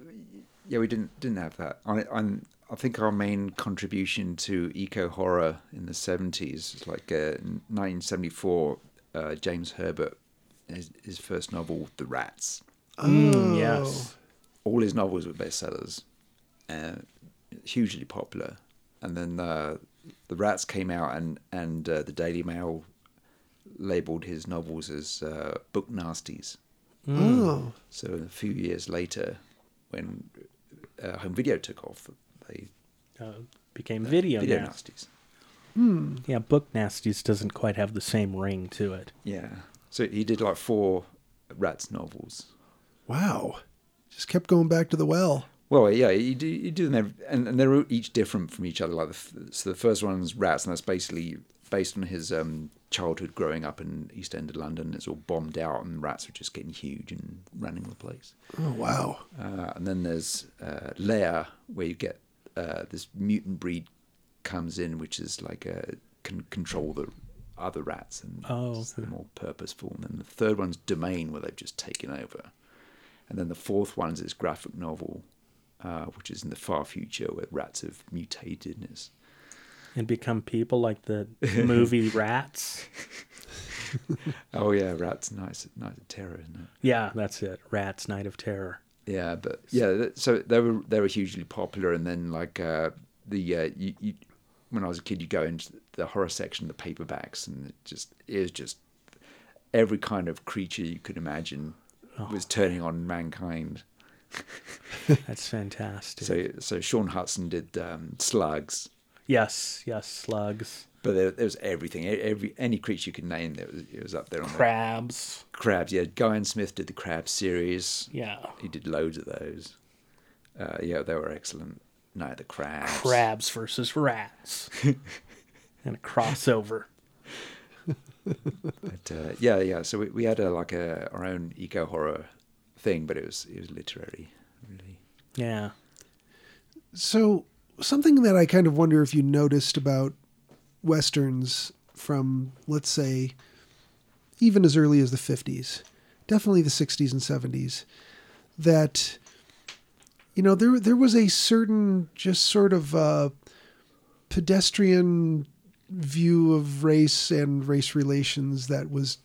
C: yeah we didn't didn't have that. I I'm, I think our main contribution to eco horror in the seventies is like uh, 1974. Uh, James Herbert, his, his first novel, The Rats.
A: Mm, yes.
C: all his novels were bestsellers, uh, hugely popular. And then uh, the Rats came out, and and uh, the Daily Mail labelled his novels as uh, book nasties.
B: oh
C: So a few years later, when uh, home video took off, they
A: Uh, became video,
C: video
A: nasties.
C: nasties.
A: Yeah, Book Nasties doesn't quite have the same ring to it.
C: Yeah. So he did like four Rats novels.
B: wow, just kept going back to the well.
C: Well, yeah, you do you do them, every, and, and they're each different from each other. Like the, f- so, the first one's Rats, and that's basically based on his um, childhood growing up in East End of London. It's all bombed out, and rats are just getting huge and running the place.
B: Oh wow,
C: Uh, and then there's uh, Lair, where you get uh, this mutant breed comes in, which is like a can control the other rats and
A: Oh,
C: it's
A: okay.
C: more purposeful. And then the third one's Domain, where they've just taken over. And then the fourth one's this graphic novel, uh, which is in the far future where rats have mutated and it's
A: and become people like the movie Rats.
C: Oh yeah, Rats Nights Night of Terror, isn't
A: Yeah, that's it. Rats, Night of Terror.
C: it? Yeah, but yeah, that- so they were they were hugely popular, and then like uh, the uh, you, you when I was a kid, you go into the horror section, the paperbacks, and it just it was just every kind of creature you could imagine was turning on mankind.
A: That's fantastic.
C: So so Sean Hudson did um, slugs,
A: yes, yes, slugs,
C: but there, there was everything, e- every any creature you could name, that was it was up there on the
A: crabs.
C: crabs. Yeah, Guy and Smith did the crab series.
A: Yeah.
C: He did loads of those. Uh, yeah, they were excellent. No, the crabs.
A: Crabs versus rats. and a crossover.
C: But, uh, yeah, yeah. So we, we had a, like a our own eco horror thing, but it was it was literary, really.
A: Yeah.
B: So, something that I kind of wonder if you noticed about westerns from, let's say, even as early as the 50s, definitely the 60s and 70s, that, you know, there, there was a certain just sort of uh, pedestrian view of race and race relations that was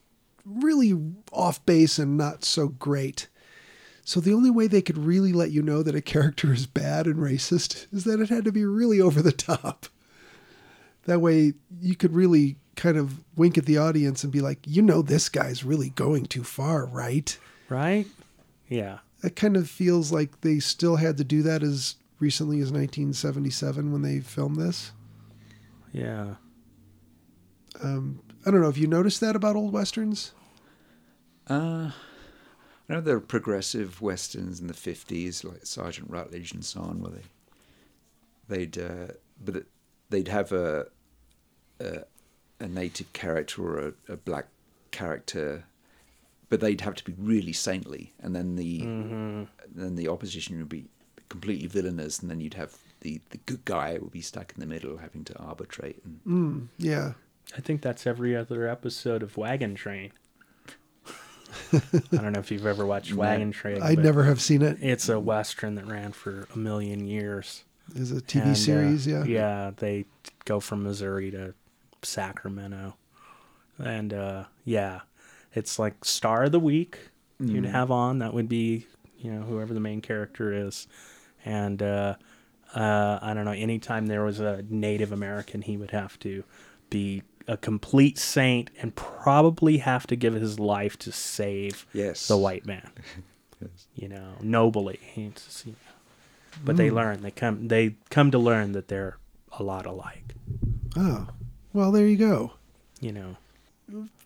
B: really off base and not so great. So the only way they could really let you know that a character is bad and racist is that it had to be really over the top. That way you could really kind of wink at the audience and be like, you know, this guy's really going too far, right?
A: Right? Yeah.
B: That kind of feels like they still had to do that as recently as 1977 when they filmed this.
A: Yeah.
B: I don't know if you noticed that about old westerns.
C: Uh, I know there were progressive westerns in the fifties, like Sergeant Rutledge and so on, where they they'd uh, but it- they'd have a a, a native character or a, a black character, but they'd have to be really saintly, and then the then the opposition would be completely villainous, and then you'd have the, the good guy would be stuck in the middle, having to arbitrate. And
B: Mm, yeah.
A: I think that's every other episode of Wagon Train. I don't know if you've ever watched Wagon Train.
B: I
A: but
B: never have seen it.
A: It's a western that ran for a million years.
B: It's a TV
A: And, uh,
B: series, yeah.
A: Yeah, they go from Missouri to Sacramento. And uh, yeah, it's like Star of the Week you'd
C: Mm-hmm.
A: have on. That would be, you know, whoever the main character is. And uh, uh, I don't know, anytime there was a Native American, he would have to be a complete saint and probably have to give his life to save
C: Yes.
A: the white man
C: Yes.
A: you know, nobly. It's just, you know. But
C: Mm.
A: they learn. They come. They come to learn that they're a lot alike.
B: Oh, well, there you go.
A: You know.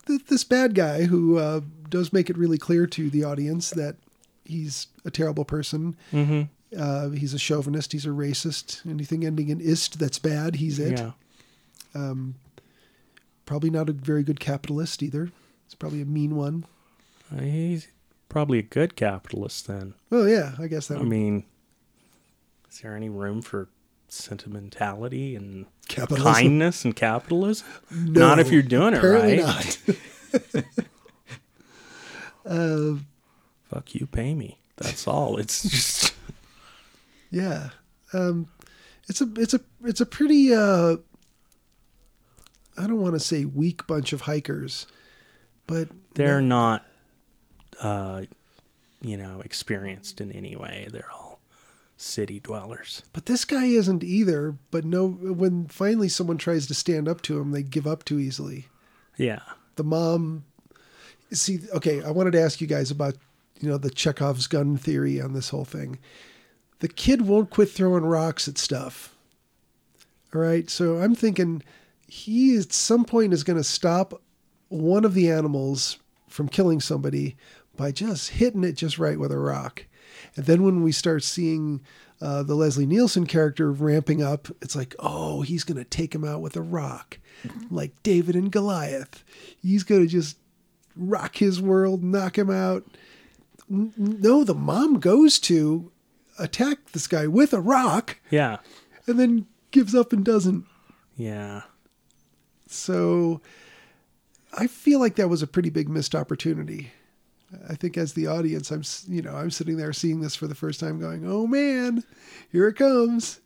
B: th- this bad guy who uh, does make it really clear to the audience that he's a terrible person.
A: Mm-hmm.
B: Uh, he's a chauvinist. He's a racist. Anything ending in ist that's bad, he's it.
A: Yeah.
B: Probably not a very good capitalist either. He's probably a mean one.
A: Uh, He's probably a good capitalist then.
B: Well, Oh, yeah, I guess that
A: I
B: would
A: mean, is there any room for sentimentality and
B: Capitalism.
A: kindness and capitalism? Not if you're doing it right.
B: Not. uh,
A: Fuck you, pay me. That's all. It's just
B: Yeah, um, it's a it's a it's a pretty. Uh, I don't want to say weak bunch of hikers, but
A: they're not, uh, you know, experienced in any way. They're all city dwellers.
B: but this guy isn't either. But no, when finally someone tries to stand up to him, they give up too easily.
A: Yeah.
B: The mom, see, okay, I wanted to ask you guys about you know the Chekhov's gun theory on this whole thing. The kid won't quit throwing rocks at stuff. All right, so I'm thinking he at some point is going to stop one of the animals from killing somebody by just hitting it just right with a rock. And then when we start seeing uh, the Leslie Nielsen character ramping up, it's like, oh, he's going to take him out with a rock, like David and Goliath. He's going to just rock his world, knock him out. N- n- No, the mom goes to attack this guy with a rock
A: Yeah.
B: and then gives up and doesn't.
A: Yeah.
B: So I feel like that was a pretty big missed opportunity. I think as the audience, I'm s- you know I'm sitting there seeing this for the first time, going, "Oh man, here it comes!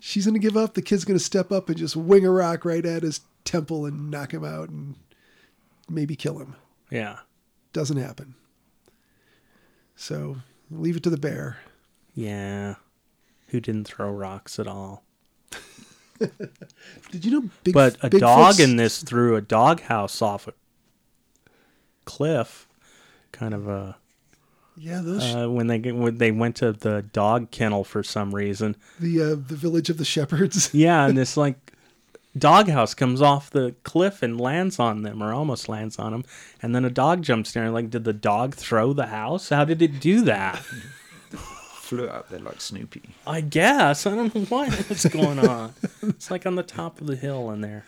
B: She's gonna give up. The kid's gonna step up and just wing a rock right at his temple and knock him out and maybe kill him."
A: Yeah.
B: Doesn't happen. So leave it to the bear.
A: Yeah. Who didn't throw rocks at all?
B: Did you know? Big,
A: But a
B: Bigfoot's-
A: dog in this threw a doghouse off a cliff. Kind of a
B: yeah those
A: uh, when they get- when they went to the dog kennel for some reason.
B: the uh, the village of the shepherds.
A: Yeah, and this like doghouse comes off the cliff and lands on them, or almost lands on them, and then a dog jumps down. Like, did the dog throw the house? How did it do that?
C: Flew up there like Snoopy.
A: I guess I don't know what was going on. It's like on the top of the hill in there.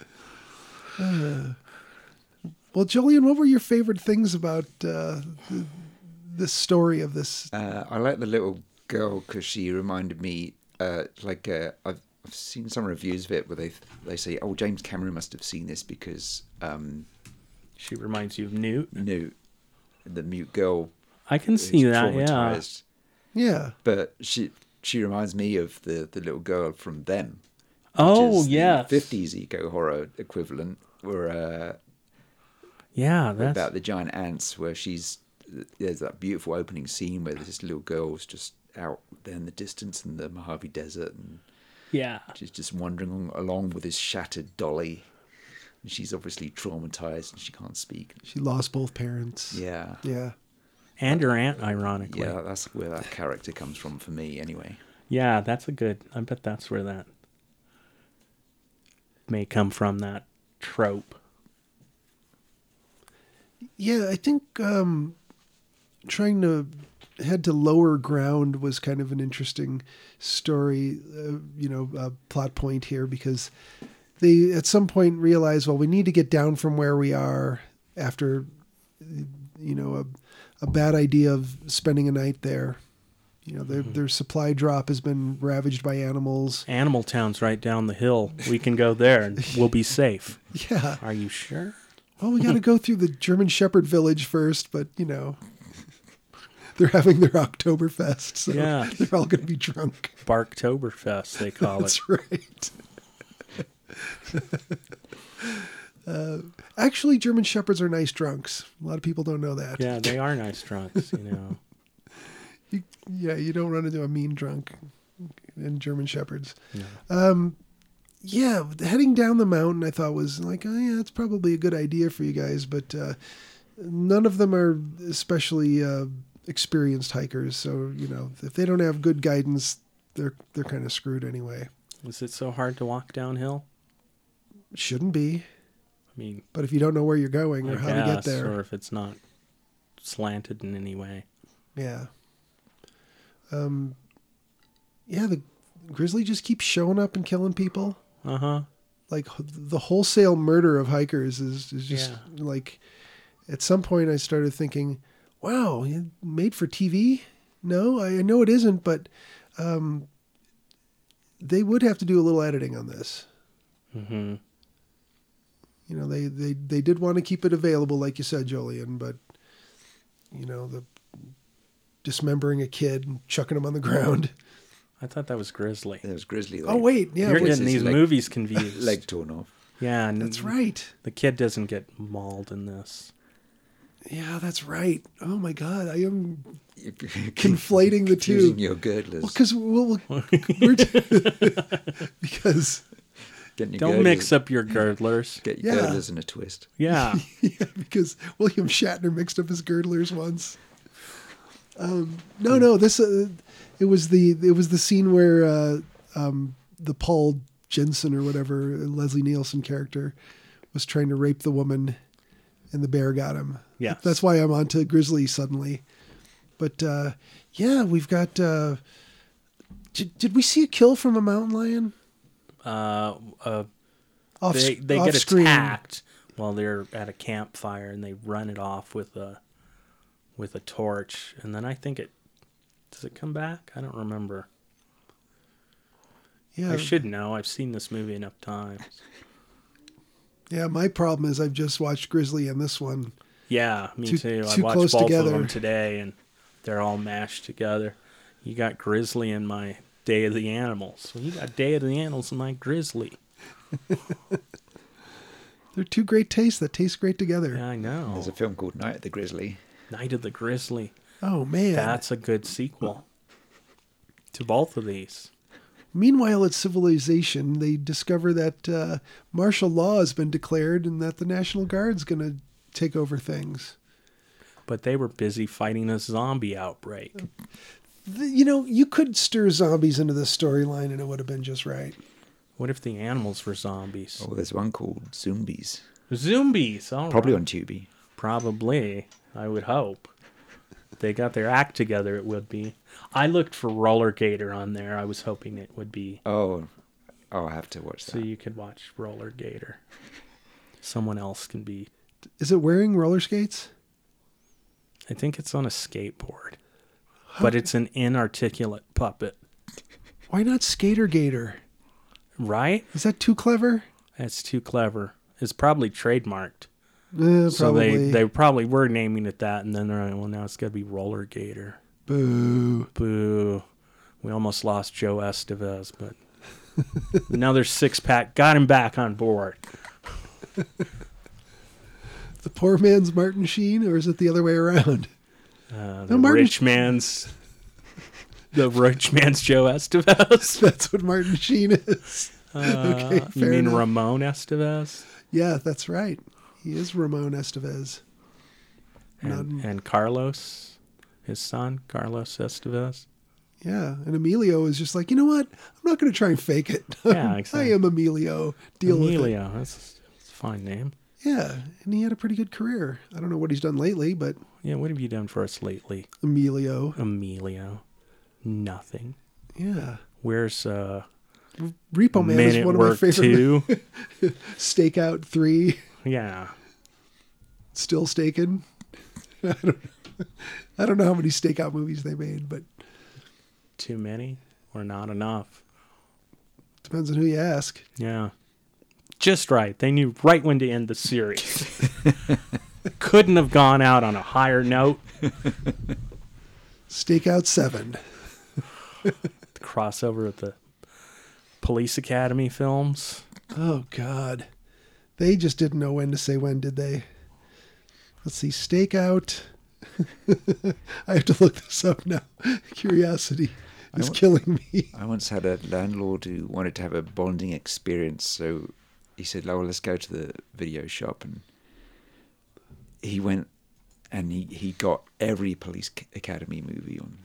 B: Well, Julian, what were your favorite things about uh, th- this story of this?
C: Uh, I like the little girl because she reminded me, uh, like uh, I've, I've seen some reviews of it where they they say, "Oh, James Cameron must have seen this because um,
A: She reminds you of Newt.
C: Newt, the mute girl,
A: I can
C: is
A: see that. Yeah,
C: traumatized."
B: Yeah,
C: But she she reminds me of the the little girl from them.
A: Oh, yes.
C: fifties eco horror equivalent where uh,
A: yeah, that's
C: about the giant ants where she's there's that beautiful opening scene where this little girl's just out there in the distance in the Mojave Desert and
A: yeah.
C: She's just wandering on- along with this shattered dolly. And she's obviously traumatized and she can't speak.
B: she lost both parents.
C: Yeah.
B: yeah.
A: And her aunt, ironically.
C: Yeah, that's where that character comes from for me, anyway.
A: Yeah, that's a good. I bet that's where that may come from. That trope.
B: Yeah, I think um, trying to head to lower ground was kind of an interesting story, uh, you know, uh, plot point here because they at some point realize, well, we need to get down from where we are after, you know, a, a bad idea of spending a night there. You know, their, their supply drop has been ravaged by animals.
A: Animal Town's right down the hill. We can go there and we'll be safe.
B: Yeah.
A: Are you sure?
B: Well, we got to go through the German Shepherd village first, but you know, they're having their Oktoberfest, so
A: Yeah.
B: they're all going to be drunk.
A: Barktoberfest, they call it.
B: That's right. uh, actually, German Shepherds are nice drunks. A lot of people don't know that.
A: Yeah, they are nice drunks, you know.
B: You, yeah, you don't run into a mean drunk in German Shepherds.
A: No.
B: yeah, heading down the mountain, I thought was like, oh yeah, it's probably a good idea for you guys, but uh, none of them are especially uh, experienced hikers. So you know, if they don't have good guidance, they're they're kind of screwed anyway.
A: Is it so hard to walk downhill?
B: Shouldn't be,
A: I mean,
B: but if you don't know where you're going
A: I
B: or how to get
A: guess,
B: there,
A: or if it's not slanted in any way.
B: yeah, um, yeah, the grizzly just keeps showing up and killing people.
A: Uh huh.
B: like h- the wholesale murder of hikers is, is just
A: Yeah.
B: like at some point i started thinking wow you- made for tv no i I know it isn't but um, they would have to do a little editing on this
A: Mm-hmm.
B: you know they, they, they did want to keep it available like you said jolien but you know the dismembering a kid and chucking him on the ground
A: I thought that was Grizzly.
C: There's Grizzly.
B: oh
C: leg-
B: wait yeah
A: You're
B: wait,
C: was-
A: getting these
C: Leg-
A: movies confused.
C: Leg torn off.
A: yeah, and
B: that's right
A: The kid doesn't get mauled in this.
B: yeah that's right oh my god i am conflating the two
C: Using your girdlers.
B: Well, because we'll, we'll, we're because
C: Getting your
A: Don't
C: girdlers-
A: mix up your girdlers.
C: Get your
B: Yeah.
C: girdlers in a twist.
A: Yeah.
B: yeah, because William Shatner mixed up his girdlers once. Um, no, no, this uh, it was the it was the scene where uh, um, the Paul Jensen or whatever Leslie Nielsen character was trying to rape the woman, and the bear got him.
A: Yes.
B: that's why I'm onto Grizzly suddenly. But uh, yeah, we've got. Uh, did, did we see a kill from a mountain lion?
A: Uh, uh,
B: Off,
A: they
B: sc-
A: they
B: off
A: get
B: screen.
A: attacked while they're at a campfire, and they run it off with a with a torch, and then I think it does it come back. I don't remember.
B: Yeah,
A: I should know. I've seen this movie enough times.
B: Yeah, my problem is I've just watched Grizzly and this one.
A: Yeah, me
B: Too-
A: too. I
B: too
A: watched
B: close
A: both
B: together.
A: of them today, and they're all mashed together. You got Grizzly in my Day of the Animals. Well, you got Day of the Animals in my Grizzly.
B: They're two great tastes that taste great together.
A: Yeah, I know.
C: There's a film called Night at the Grizzly.
A: Night of the Grizzly.
B: Oh man.
A: That's a good sequel to both of these.
B: Meanwhile, at Civilization, they discover that uh, martial law has been declared and that the National Guard's going to take over things.
A: But they were busy fighting a zombie outbreak.
B: Th you know, you could stir zombies into this storyline and it would have been just right.
A: What if the animals were zombies?
C: Oh, there's one called Zombies.
A: Zombies. oh, all
C: Probably
A: right.
C: on Tubi.
A: Probably, I would hope. If They got their act together, it would be. I looked for Roller Gator on there. I was hoping it would be
C: Oh, oh, I have to watch that.
A: so you could watch Roller Gator. Someone else can be.
B: Is it wearing roller skates?
A: I think it's on a skateboard, but it's an inarticulate puppet,
B: Why not Skater Gator?
A: right?
B: Is that too clever?
A: That's too clever. It's probably trademarked.
B: Eh, probably.
A: So they, they probably were naming it that, and then they're like, well, now it's got to be Roller Gator.
B: Boo.
A: Boo. We almost lost Joe Estevez, but another six pack got him back on board.
B: The poor man's Martin Sheen, or is it the other way around?
A: Uh, the
B: Martin-
A: rich man's. The rich man's Joe Estevez.
B: That's what Martin Sheen is.
A: Uh,
B: Okay,
A: you
B: fair
A: mean
B: enough.
A: Ramon Estevez
B: Yeah, that's right. He is Ramon Estevez.
A: and, and Carlos, his son Carlos Estevez.
B: Yeah, and Emilio is just like, you know what? I'm not going to try and fake it.
A: Yeah,
B: I
A: exactly.
B: am Emilio. Deal with it.
A: Emilio, that's, that's a fine name.
B: Yeah, and he had a pretty good career. I don't know what he's done lately, but
A: Yeah, what have you done for us lately,
B: Emilio.
A: Emilio? Nothing.
B: Yeah,
A: Where's uh,
B: Repo Oh, Man
A: Man
B: is
A: at
B: one of my
A: Work
B: favorite.
A: Two?
B: Stakeout Three,
A: yeah,
B: still staking. I don't. I don't know how many stakeout movies they made, but
A: too many or not enough.
B: depends on who you ask.
A: Yeah. Just right. They knew right when to end the series. Couldn't have gone out on a higher note.
B: Stakeout Seven.
A: The crossover with the Police Academy films.
B: Oh God, they just didn't know when to say when, did they? Let's see, stakeout. I have to look this up now. Curiosity is
C: wa-
B: killing me.
C: I once had a landlord who wanted to have a bonding experience, so he said, "Oh, let's go to the video shop." And he went, and he, he got every Police Ca- Academy movie on.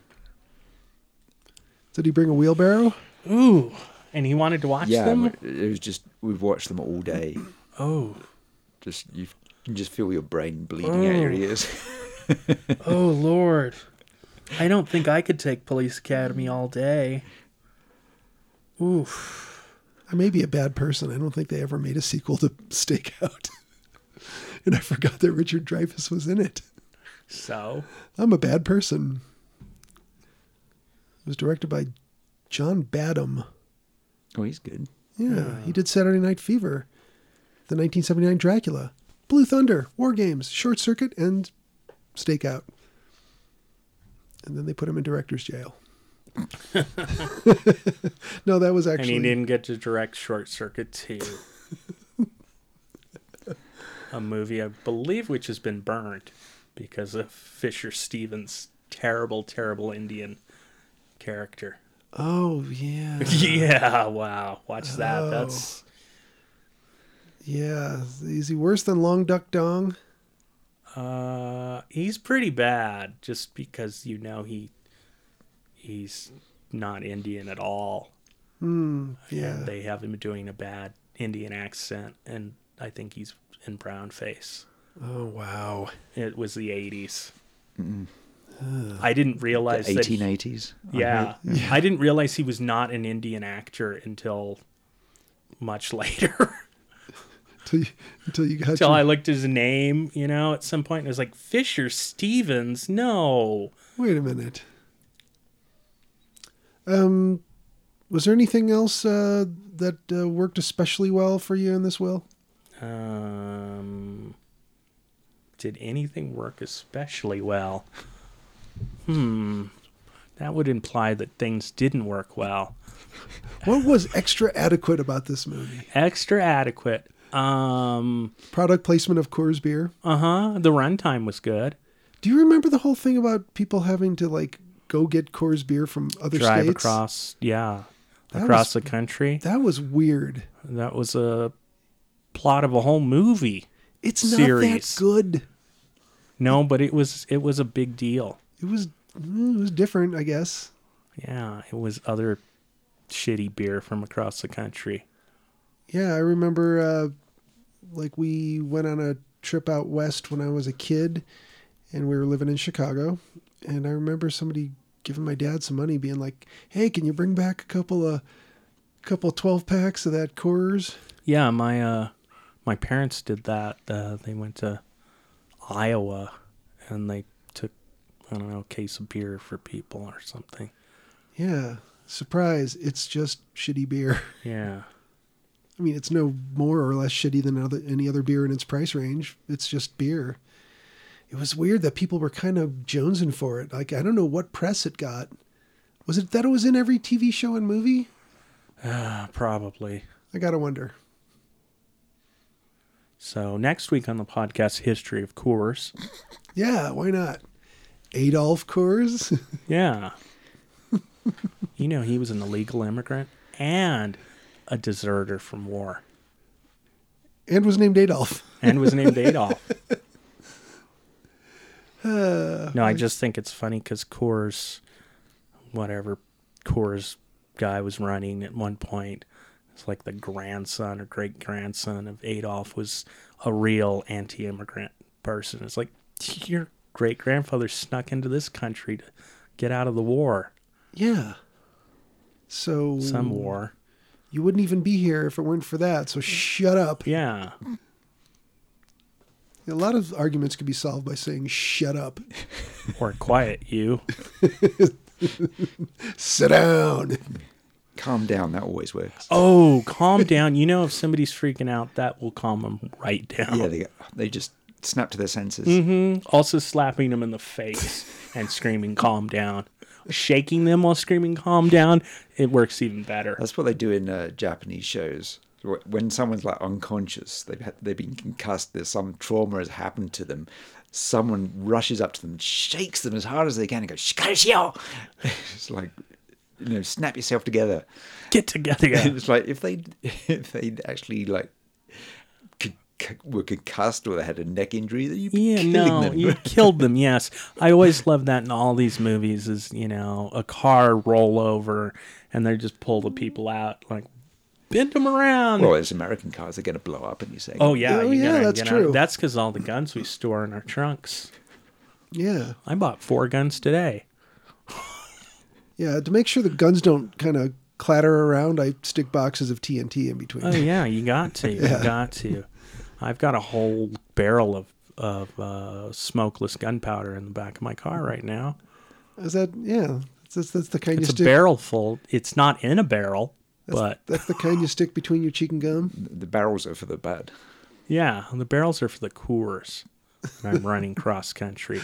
B: Did he bring a wheelbarrow?
A: Ooh. And he wanted to watch
C: yeah,
A: them?
C: it was just we've watched them all day.
A: Oh.
C: Just you can just feel your brain bleeding out your
A: Oh.
C: ears.
A: Oh, Lord. I don't think I could take Police Academy all day. Oof.
B: I may be a bad person. I don't think they ever made a sequel to Stakeout, and I forgot that Richard Dreyfuss was in it.
A: So,
B: I'm a bad person. It was directed by John Badham.
C: oh, he's good.
B: Yeah, he did Saturday Night Fever, the 1979 Dracula, Blue Thunder, War Games, Short Circuit, and Stakeout. And then they put him in director's jail. no, that was
A: and
B: actually
A: he didn't get to direct Short Circuit 2. a movie, I believe, which has been burned because of Fisher Stevens' terrible, terrible Indian character.
B: Oh yeah,
A: yeah, wow. Watch that.
B: Oh.
A: That's.
B: yeah. Is he worse than Long Duck Dong?
A: Uh, he's pretty bad just because you know he he's not Indian at all.
B: Hmm. Yeah.
A: And they have him doing a bad Indian accent, and I think he's in brown face.
B: Oh wow.
A: It was the 80s. I didn't realize that.
C: Eighteen
A: he-
C: eighties.
A: yeah, I didn't realize he was not an Indian actor until much later.
B: Until you, until you got
A: until
B: your-
A: I looked at his name, you know, at some point, and I was like, Fisher Stevens? No.
B: Wait a minute. Um, was there anything else uh, that uh, worked especially well for you in this, Will?
A: Um, did anything work especially well? Hmm. That would imply that things didn't work well.
B: What was extra adequate about this movie?
A: Extra adequate. Um,
B: Product placement of Coors Beer.
A: uh huh. The runtime was good.
B: Do you remember the whole thing about people having to like go get Coors Beer from other
A: Drive
B: states?
A: across, yeah,
B: That
A: across
B: was-
A: the country.
B: That was weird.
A: That was a plot of a whole movie.
B: It's not
A: Series.
B: that good.
A: No, but it was it was a big deal.
B: It was mm, it was different, I guess.
A: Yeah, it was other shitty beer from across the country.
B: Yeah, I remember uh, like we went on a trip out west when I was a kid and we were living in Chicago and I remember somebody giving my dad some money being like, "Hey, can you bring back a couple of couple 12 packs of that Coors?"
A: Yeah, my uh, my parents did that. Uh, they went to Iowa and they took I don't know a case of beer for people or something.
B: Yeah. Surprise, it's just shitty beer.
A: Yeah,
B: I mean, it's no more or less shitty than other, any other beer in its price range. It's just beer. It was weird that people were kind of jonesing for it. Like, I don't know what press it got. Was it that it was in every TV show and movie?
A: uh, probably.
B: I gotta wonder.
A: So next week on the podcast, history of Coors.
B: Yeah, why not? Adolf Coors?
A: Yeah, you know he was an illegal immigrant and a deserter from war,
B: and was named Adolf.
A: and was named Adolf.
B: Uh,
A: No, I just think it's funny because Coors, whatever Coors guy was running at one point, it's like the grandson or great grandson of Adolf was a real anti immigrant person. It's like your great grandfather snuck into this country to get out of the war,
B: yeah. So
A: some war.
B: you wouldn't even be here if it weren't for that. So shut up.
A: Yeah.
B: A lot of arguments could be solved by saying shut up.
A: Or quiet you.
B: Sit down.
C: Calm down. That always works.
A: Oh, calm down. You know, if somebody's freaking out, that will calm them right down.
C: Yeah, they they just snap to their senses.
A: hmm Also slapping them in the face and screaming, calm down. Shaking them while screaming, calm down. It works even better.
C: That's what they do in uh, Japanese shows. Wh- When someone's like unconscious, they've had, they've been concussed. There's some trauma has happened to them. Someone rushes up to them, shakes them as hard as they can, and goes "shikarishio." It's like, you know, snap yourself together.
A: Get together. Yeah.
C: It's like if they if they actually like con- con- were concussed or they had a neck injury, then you'd be
A: Yeah,
C: killing
A: no,
C: them.
A: you killed them. Yes, I always love that in all these movies. Is you know a car roll over and they just pull the people out, like bend them around.
C: Well, it's American cars; they're going to blow up, and you say,
A: oh yeah,
B: Oh,
A: you
B: yeah,
A: gotta
B: that's
A: get out.
B: true.
A: That's because all the guns we store in our trunks.
B: Yeah.
A: I bought four guns today.
B: Yeah, to make sure the guns don't kind of clatter around, I stick boxes of TNT in between.
A: Oh yeah, you got to. You got to. I've got a whole barrel of of uh, smokeless gunpowder in the back of my car right now.
B: Is that yeah? That's that's the kind
A: It's
B: you
A: a
B: stick.
A: barrel full. It's not in a barrel, but
B: That's the kind you stick between your cheek and gum.
C: "The barrels are for the bad."
A: yeah, the barrels are for the Coors. And I'm running cross country.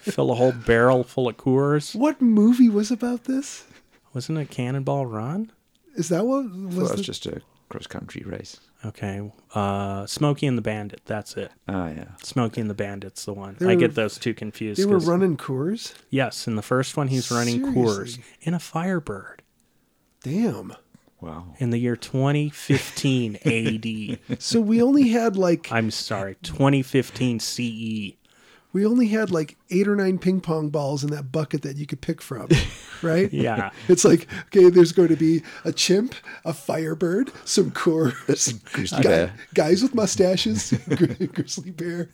A: Fill a whole barrel full of Coors.
B: What movie was about this?
A: Wasn't it Cannonball Run?
B: Is that what
C: Well,
B: was?
C: that's
B: the-
C: just a cross country race.
A: Okay, uh, Smokey and the Bandit. That's it.
C: Ah, yeah.
A: Smokey and the Bandit's the one.
B: They
A: I
B: were-
A: get those two confused.
B: they were
A: 'cause-
B: running Coors.
A: Yes, in the first one he's running Coors
B: Seriously?
A: in a Firebird.
B: Damn.
C: Wow.
A: in the year 2015 AD.
B: So we only had like
A: I'm sorry, 2015 CE.
B: we only had like eight or nine ping pong balls in that bucket that you could pick from, right?
A: Yeah.
B: It's like okay, there's going to be a chimp, a firebird, some Coors.
C: That's
B: Guy- guys with mustaches, gri- grizzly bear.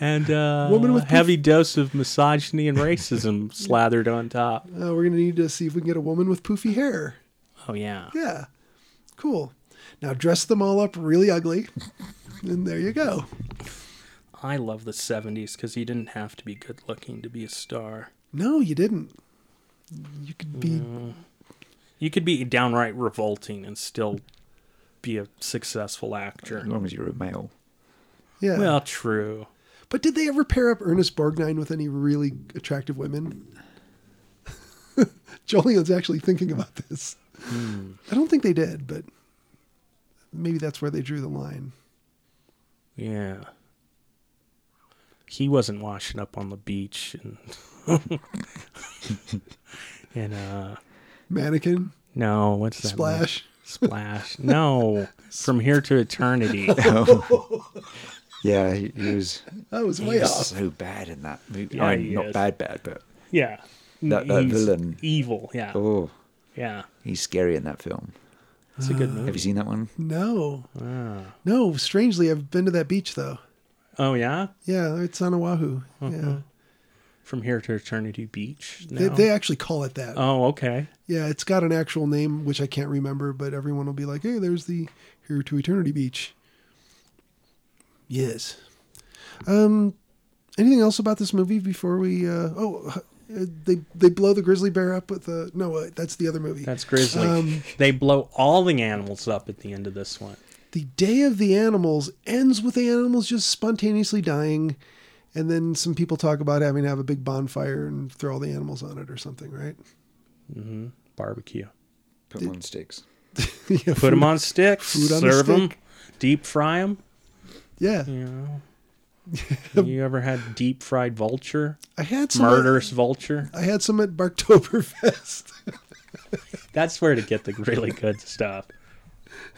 A: And uh,
B: Woman with
A: heavy dose of misogyny and racism slathered on top.
B: Uh, we're gonna need to see if we can get a woman with poofy hair.
A: Oh, yeah.
B: Yeah, cool. Now dress them all up really ugly, and there you go.
A: I love the 70s because you didn't have to be good looking to be a star.
B: No, you didn't. You could be
A: You could be downright revolting and still be a successful actor.
C: As long as you're a male.
B: Yeah.
A: Well, true.
B: but did they ever pair up Ernest Borgnine with any really attractive women? Jolion's actually thinking about this.
A: Hmm.
B: I don't think they did, but maybe that's where they drew the line.
A: Yeah. He wasn't washing up on the beach and and uh
B: Mannequin,
A: no, what's that? one?
B: Splash.
A: Splash. No. From here to eternity.
C: Yeah, he, he was,
B: That was
C: he
B: way
C: was
B: off.
C: so bad in that movie.
A: Yeah,
C: I
A: he
C: mean, not
A: is.
C: bad, bad, but
A: Yeah.
C: That- that
A: He's
C: villain.
A: Evil, yeah.
C: oh,
A: Yeah.
C: he's scary in that film.
A: It's a good
C: Have
A: movie.
C: you seen that one?
B: No,
A: Ah.
B: no. Strangely, I've been to that beach though.
A: Oh yeah?
B: Yeah, it's on Oahu. Yeah,
A: From here to eternity beach. Uh-huh.
B: they,
A: No?
B: they actually call it that.
A: oh, okay.
B: Yeah, it's got an actual name which I can't remember, but everyone will be like, "Hey, there's the Here to Eternity Beach." Yes. Um, anything else about this movie before we? Uh, oh, uh, they they blow the grizzly bear up with a no. Uh, that's the other movie.
A: That's grizzly.
B: Um,
A: they blow all the animals up at the end of this one.
B: the Day of the Animals ends with the animals just spontaneously dying, and then some people talk about having to have a big bonfire and throw all the animals on it or something, right?
A: Barbecue.
C: Put him on sticks.
B: yeah,
A: Put them on sticks.
B: food on a
A: serve them.
B: stick.
A: Deep fry them.
B: Yeah,
A: You know. you ever had deep fried vulture?
B: I had some.
A: Murderous vulture.
B: I had some at Barktoberfest.
A: That's where to get the really good stuff.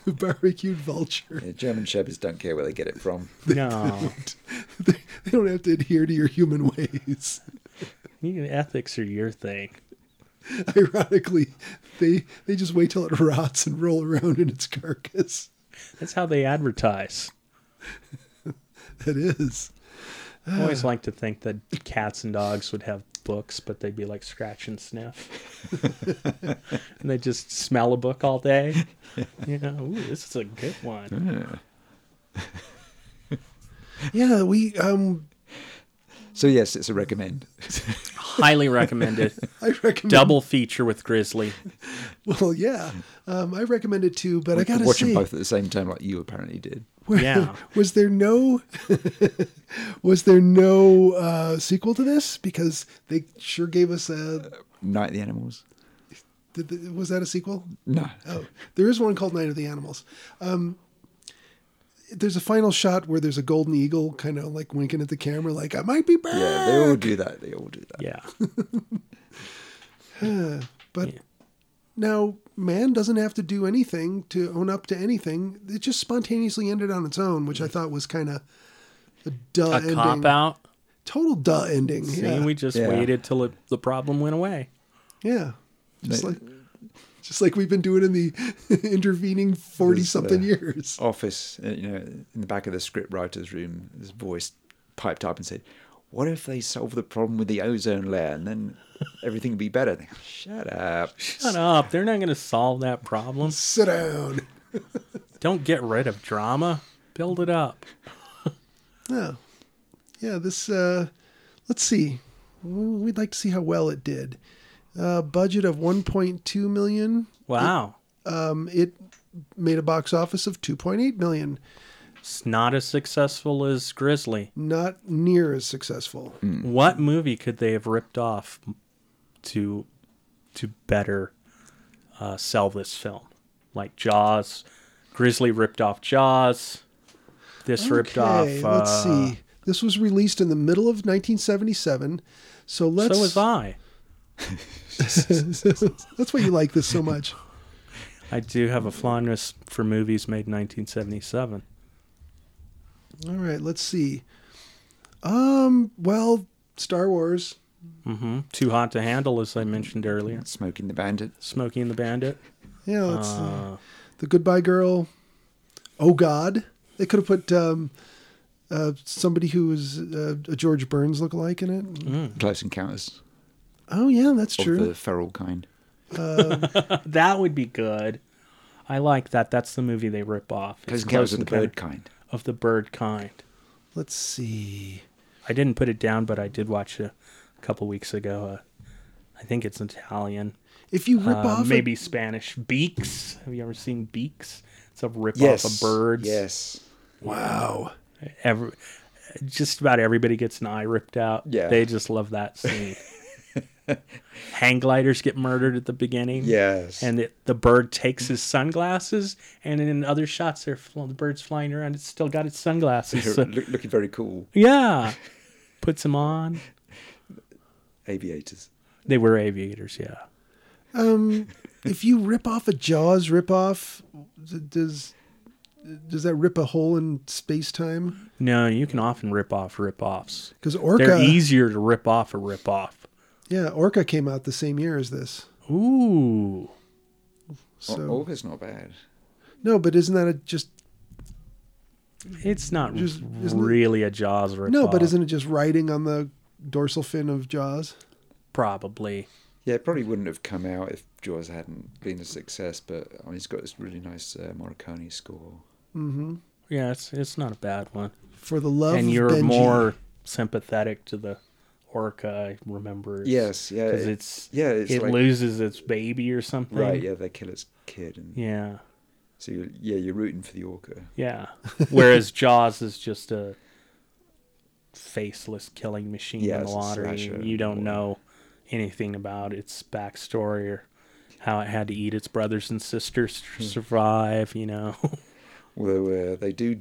B: barbecued vulture.
C: Yeah, German shepherds don't care where they get it from.
A: No,
B: They, they don't have to adhere to your human ways.
A: you, ethics are your thing.
B: Ironically, they they just wait till it rots and roll around in its carcass.
A: That's how they advertise.
B: That is.
A: I always like to think that cats and dogs would have books, but they'd be like scratch and sniff. and they just smell a book all day. You know, ooh, this is a good one.
B: Yeah, we um
C: So yes, it's a recommend.
A: Highly recommended.
B: I recommend
A: Double feature with Grizzly.
B: Well, yeah. Um I recommend it too, but I got to
C: Watch
B: say
C: them both at the same time, like you apparently did.
B: where-
A: Yeah.
B: was there no was there no uh sequel to this because they sure gave us a
C: Night of the Animals.
B: did the, was that a sequel?
C: No,
B: Oh, there is one called Night of the Animals. Um, there's a final shot where there's a golden eagle kind of like winking at the camera, like I might be back.
C: yeah, they all do that. They all do that.
A: Yeah.
B: but
A: Yeah.
B: now man doesn't have to do anything to own up to anything. It just spontaneously ended on its own, which I thought was kind of a duh
A: A
B: ending.
A: cop out.
B: Total duh ending.
A: See,
B: yeah.
A: we just
C: Yeah.
A: waited till it, the problem went away.
B: yeah. Just
C: They-
B: like just like we've been doing in the intervening forty something
C: uh,
B: years.
C: Office, uh, you know, in the back of the script writer's room, this voice piped up and said, "What if they solve the problem with the ozone layer and then everything would be better?" They go, Shut up.
A: Shut up. They're not going to solve that problem.
B: Sit down.
A: Don't get rid of drama. Build it up.
B: Yeah. Yeah, this uh let's see. W- We'd like to see how well it did. Uh budget of 1.2 million.
A: Wow.
B: Um it made a box office of 2.8 million.
A: It's not as successful as Grizzly.
B: Not near as successful.
A: What movie could they have ripped off to to better uh, sell this film? Like Jaws, Grizzly ripped off Jaws. This ripped off.
B: Okay,
A: Uh,
B: let's see. This was released in the middle of 1977. So let's
A: So was I.
B: That's why you like this so much.
A: I do have a fondness for movies made in 1977.
B: All right, let's see. Um well, Star Wars
A: hmm Too Hot to Handle, as I mentioned earlier.
C: Smoking the Bandit.
A: Smokey and the Bandit.
B: Yeah, let's
A: Uh,
B: the Goodbye Girl. Oh God, they could have put um, uh, somebody who was uh, a George Burns lookalike in it.
A: Mm-hmm.
C: Close Encounters
B: Oh yeah, that's
C: of
B: true.
C: the feral kind.
A: that would be good. I like that. That's the movie they rip off.
C: Close
A: It's
C: Encounters
A: Close
C: of the
A: Encounter-
C: bird kind.
A: Of the bird kind.
B: Let's see.
A: I didn't put it down, but I did watch a, a couple weeks ago. Uh, I think it's Italian,
B: If you rip
A: uh,
B: off a-
A: maybe Spanish. Beaks. Have you ever seen Beaks? It's It's a rip
C: Yes.
A: off of birds.
C: Yes.
B: Wow.
A: Every, just about everybody gets an eye ripped out.
C: Yeah.
A: They just love that scene. Hang gliders get murdered at the beginning.
C: Yes.
A: And it, the bird takes his sunglasses, and in other shots, they're fl- the bird's flying around. It's still got its uh, sunglasses. So,
C: Look, looking very cool.
A: yeah, puts them on.
C: Aviators.
A: They were aviators. Yeah,
B: Um, if you rip off a Jaws ripoff, d- does does that rip a hole in space time?
A: no, you can often rip off rip offs.
B: Because
A: They're
B: Orca,
A: easier to rip off a rip off.
B: yeah, Orca came out the same year as this.
A: Ooh,
C: Or-
B: So
C: Orca's not bad.
B: no, but isn't that a just
A: it's not
B: Just- isn't it-
A: really a Jaws rip.
B: no? But isn't it just riding on the dorsal fin of Jaws?
A: probably
C: Yeah, it probably wouldn't have come out if Jaws hadn't been a success, but I mean, it's got this really nice uh, Morricone score.
A: yeah. It's it's not a bad one.
B: For the love
A: and
B: of
A: you're
B: Benji.
A: more sympathetic to the orca. I remember.
C: Yes, yeah.
A: because
C: it-
A: it's
C: yeah, it's
A: it
C: like,
A: loses its baby or something.
C: Right, yeah, they kill its kid. And,
A: Yeah.
C: So, you yeah, you're rooting for the orca.
A: Yeah. Whereas Jaws is just a faceless killing machine
C: Yeah,
A: in
C: it's
A: the
C: a
A: water. and
C: slasher.
A: you don't know anything about its backstory or how it had to eat its brothers and sisters
C: Hmm.
A: to survive, you know.
C: Although uh, they do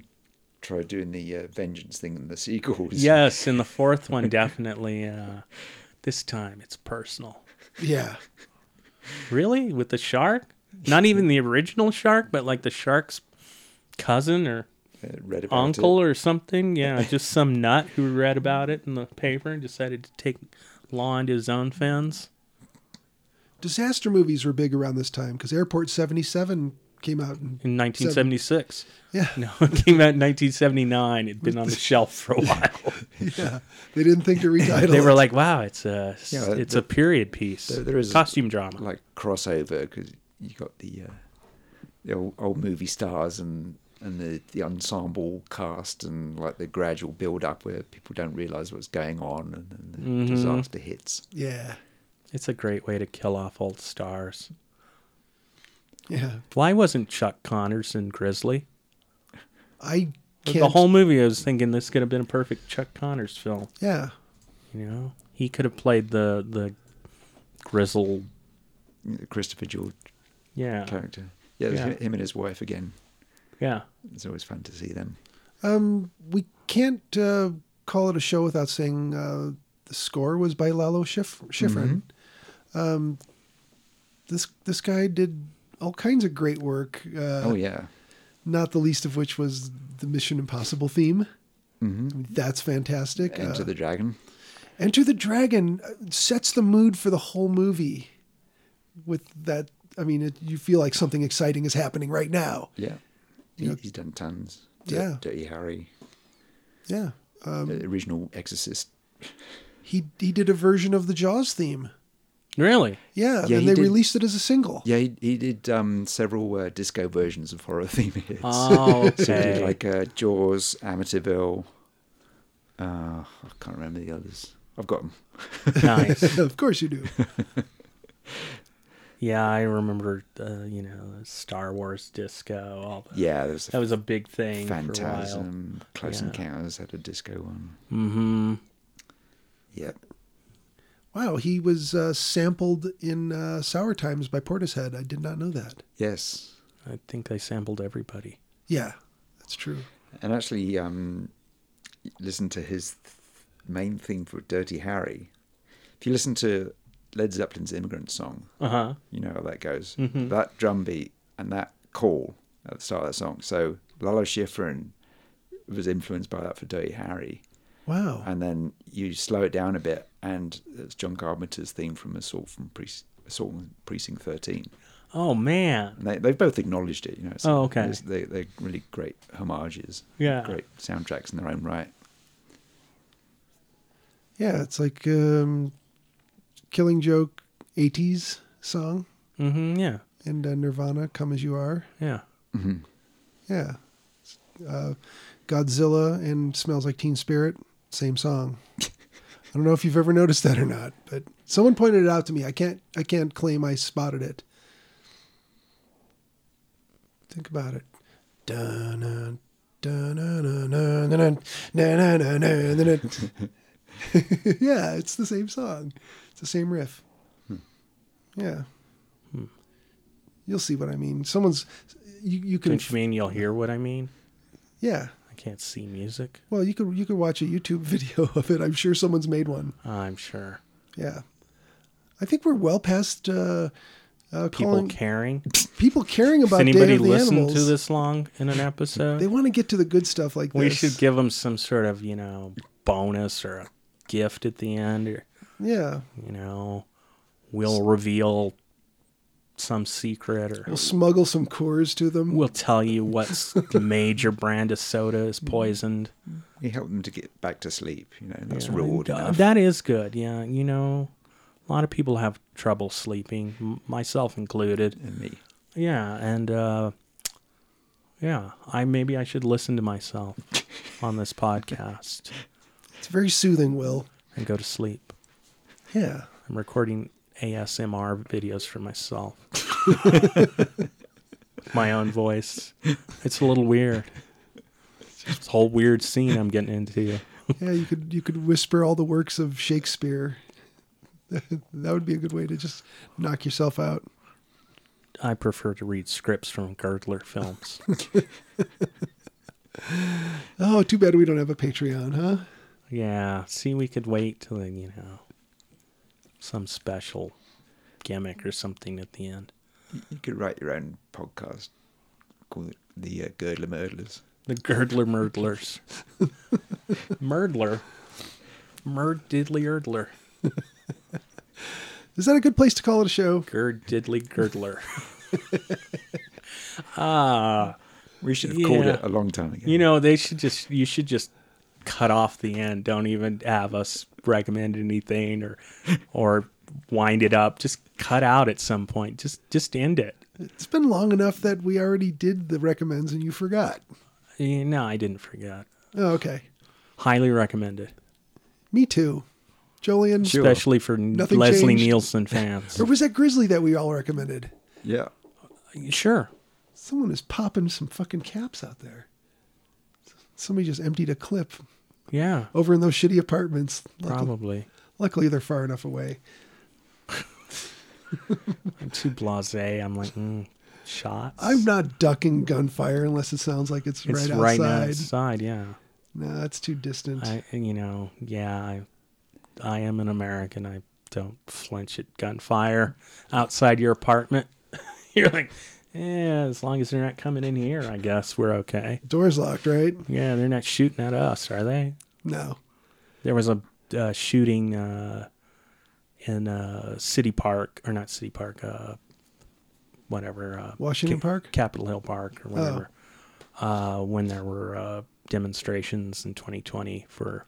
C: try doing the uh, vengeance thing in the sequels.
A: yes, in the fourth one definitely uh this time it's personal.
B: yeah.
A: Really? With the shark? Not even the original shark, but like the shark's cousin or
C: Uh, read about
A: uncle
C: It.
A: or something. Yeah, just some nut who read about it in the paper and decided to take law into his own fence.
B: Disaster movies were big around this time because Airport '77 came out. And,
A: In 1976.
B: yeah,
A: No, it came out in 1979. It'd been on the shelf for a while.
B: yeah. They didn't think to retitle.
A: They were
B: it.
A: like, "Wow, it's a
C: Yeah,
A: it's a period piece.
C: there- there is-
A: costume drama."
C: Like crossover, because you got the uh, the old, old movie stars and and the, the ensemble cast and like the gradual build up where people don't realize what's going on and then the
A: Mm-hmm.
C: disaster hits.
B: yeah,
A: It's a great way to kill off old stars.
B: yeah.
A: Why wasn't Chuck Connors in Grizzly?
B: I can't.
A: The whole movie, I was thinking this could have been a perfect Chuck Connors film.
B: yeah,
A: You know, he could have played the the grizzled.
C: The Christopher George
A: Yeah,
C: character. Yeah, it's
A: Yeah.
C: hi- him and his wife again.
A: yeah.
C: It's always fun to see them.
B: Um, we can't uh, call it a show without saying uh, the score was by Lalo Schif- Schifrin. Um,
A: Mm-hmm.
B: this this guy did all kinds of great work. Uh,
C: oh yeah,
B: Not the least of which was the Mission Impossible theme. Mm-hmm. That's fantastic.
C: Enter
B: Uh,
C: the Dragon.
B: Enter the Dragon uh, sets the mood for the whole movie. With that, I mean, it, you feel like something exciting is happening right now.
C: Yeah, he,
B: Yeah.
C: he's done tons.
B: Yeah.
C: Dirty Harry,
B: Yeah, uh,
C: the original Exorcist.
B: he he did a version of the Jaws theme.
A: Really?
B: Yeah,
C: Yeah,
B: and
C: he
B: they
C: did-
B: released it as a single.
C: Yeah, he, he did um, several uh, disco versions of horror theme hits.
A: Oh,
C: So he did
A: okay.
C: like uh, Jaws, Amityville. Uh, I can't remember the others. I've got them.
A: nice.
B: of course you do.
A: Yeah, I remember. Uh, you know, Star Wars disco. All that.
C: Yeah, there was
A: that
C: a
A: was a big thing for a while.
C: Phantasm, Close
A: Yeah.
C: Encounters had a disco one.
A: Mm-hmm.
C: Yeah,
B: Wow, he was uh, sampled in uh, Sour Times by Portishead. I did not know that.
C: yes.
A: I think they sampled everybody.
B: Yeah, that's true.
C: And actually, um, listen to his th- main theme for Dirty Harry. If you listen to Led Zeppelin's Immigrant Song,
A: Uh huh.
C: you know how that goes. That drum beat and that call at the start of that song. So Lalo Schifrin was influenced by that for Dirty Harry.
B: Wow.
C: And then you slow it down a bit, and it's John Carpenter's theme from Assault from Pre- Assault on Precinct 13.
A: Oh man.
C: And they, they've both acknowledged it, you know.
A: Oh, okay.
C: it's- They, they're really great homages.
A: Yeah.
C: Great soundtracks in their own right.
B: Yeah, it's like um, Killing Joke 80s song
A: Mm-hmm. Yeah.
B: and uh, Nirvana, Come As You Are.
A: Yeah.
B: Yeah. Uh, Godzilla and Smells Like Teen Spirit, same song. I don't know if you've ever noticed that or not, but someone pointed it out to me. I can't I can't claim I spotted it. Think about it. Dun, dun, dun, dun, dun, dun, dun, dun, dun, dun, dun. yeah, it's the same song. It's the same riff.
A: Hmm.
B: Yeah. You'll see what I mean. Someone's you, you can
A: Don't you mean you'll hear what I mean?
B: yeah.
A: I can't see music.
B: Well, you could you could watch a YouTube video of it. I'm sure someone's made one.
A: I'm sure.
B: Yeah. I think we're well past uh, uh,
A: People
B: calling
A: caring.
B: people caring
A: Does
B: about Day
A: anybody
B: of the
A: listen
B: Animals.
A: to this long in an episode?
B: They want to get to the good stuff like
A: we
B: this.
A: should give them some sort of, you know, bonus or a gift at the end or,
B: yeah.
A: you know, we'll reveal some secret or
B: We'll smuggle some cores to them.
A: we'll tell you what's the major brand of soda is
C: Mm-hmm.
A: poisoned.
C: You help them to get back to sleep. You know, that's rewarding.
A: Uh,
C: enough.
A: That is good. Yeah, you know, a lot of people have trouble sleeping, m- myself included.
C: and me.
A: Yeah, and uh, yeah, I maybe I should listen to myself on this podcast
B: It's very soothing, Will.
A: and go to sleep.
B: Yeah.
A: I'm recording ASMR videos for myself. My own voice. It's a little weird. It's a whole weird scene I'm getting into.
B: Yeah, you could you could whisper all the works of Shakespeare. that would be a good way to just knock yourself out.
A: I prefer to read scripts from Girdler films.
B: Oh, too bad we don't have a Patreon, huh?
A: yeah, see, we could wait till, you know, some special gimmick or something at the end.
C: You could write your own podcast called the uh, Girdler Murderers.
A: The Girdler Murdlers. Murdler? Murd diddly erdler.
B: Is that a good place to call it a show?
A: Gird diddly girdler. Ah,
C: We should have called it
A: Yeah.
C: a long time ago.
A: you know they should just you should just cut off the end. Don't even have us recommend anything or or wind it up. Just cut out at some point. Just just end it.
B: It's been long enough that we already did the recommends and you forgot.
A: Eh, No, I didn't forget.
B: Oh, okay.
A: Highly recommended,
B: Me too. Jolien.
C: Sure.
A: especially for
B: Nothing
A: Leslie
B: changed.
A: Nielsen fans.
B: Or was that Grizzly that we all recommended?
C: yeah.
A: sure.
B: Someone is popping some fucking caps out there. Somebody just emptied a clip
A: Yeah.
B: over in those shitty apartments. Luckily,
A: Probably.
B: luckily they're far enough away.
A: I'm too blasé. I'm like, mm, shots.
B: I'm not ducking gunfire unless it sounds like it's,
A: it's
B: right
A: right
B: outside.
A: outside. Yeah.
B: no, it's too distant.
A: I, you know, yeah, I, I am an American. I don't flinch at gunfire outside your apartment. You're like, yeah, as long as they're not coming in here, I guess we're okay.
B: Door's locked, right?
A: Yeah, they're not shooting at us, are they?
B: No.
A: There was a uh, shooting uh, in uh, City Park, or not City Park, uh, whatever. Uh,
B: Washington
A: Ca-
B: Park? Oh.
A: Capitol Hill Park, or whatever. Uh, when there were uh, demonstrations in 2020 for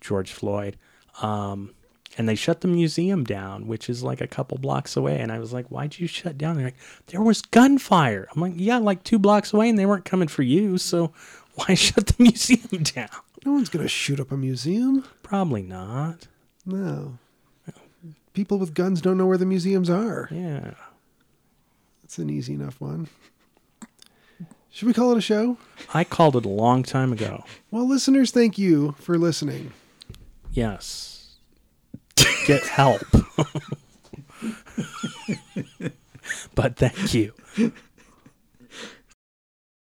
A: George Floyd. Um, and they shut the museum down, which is like a couple blocks away. And I was like, why'd you shut down? They're like, there was gunfire. I'm like, yeah, like two blocks away, and they weren't coming for you. So why shut the museum down?
B: No one's going to shoot up a museum.
A: Probably not.
B: No. People with guns don't know where the museums are.
A: Yeah.
B: It's an easy enough one. Should we call it a show?
A: I called it a long time ago.
B: Well, listeners, thank you for listening.
A: Yes. Get help. but thank you.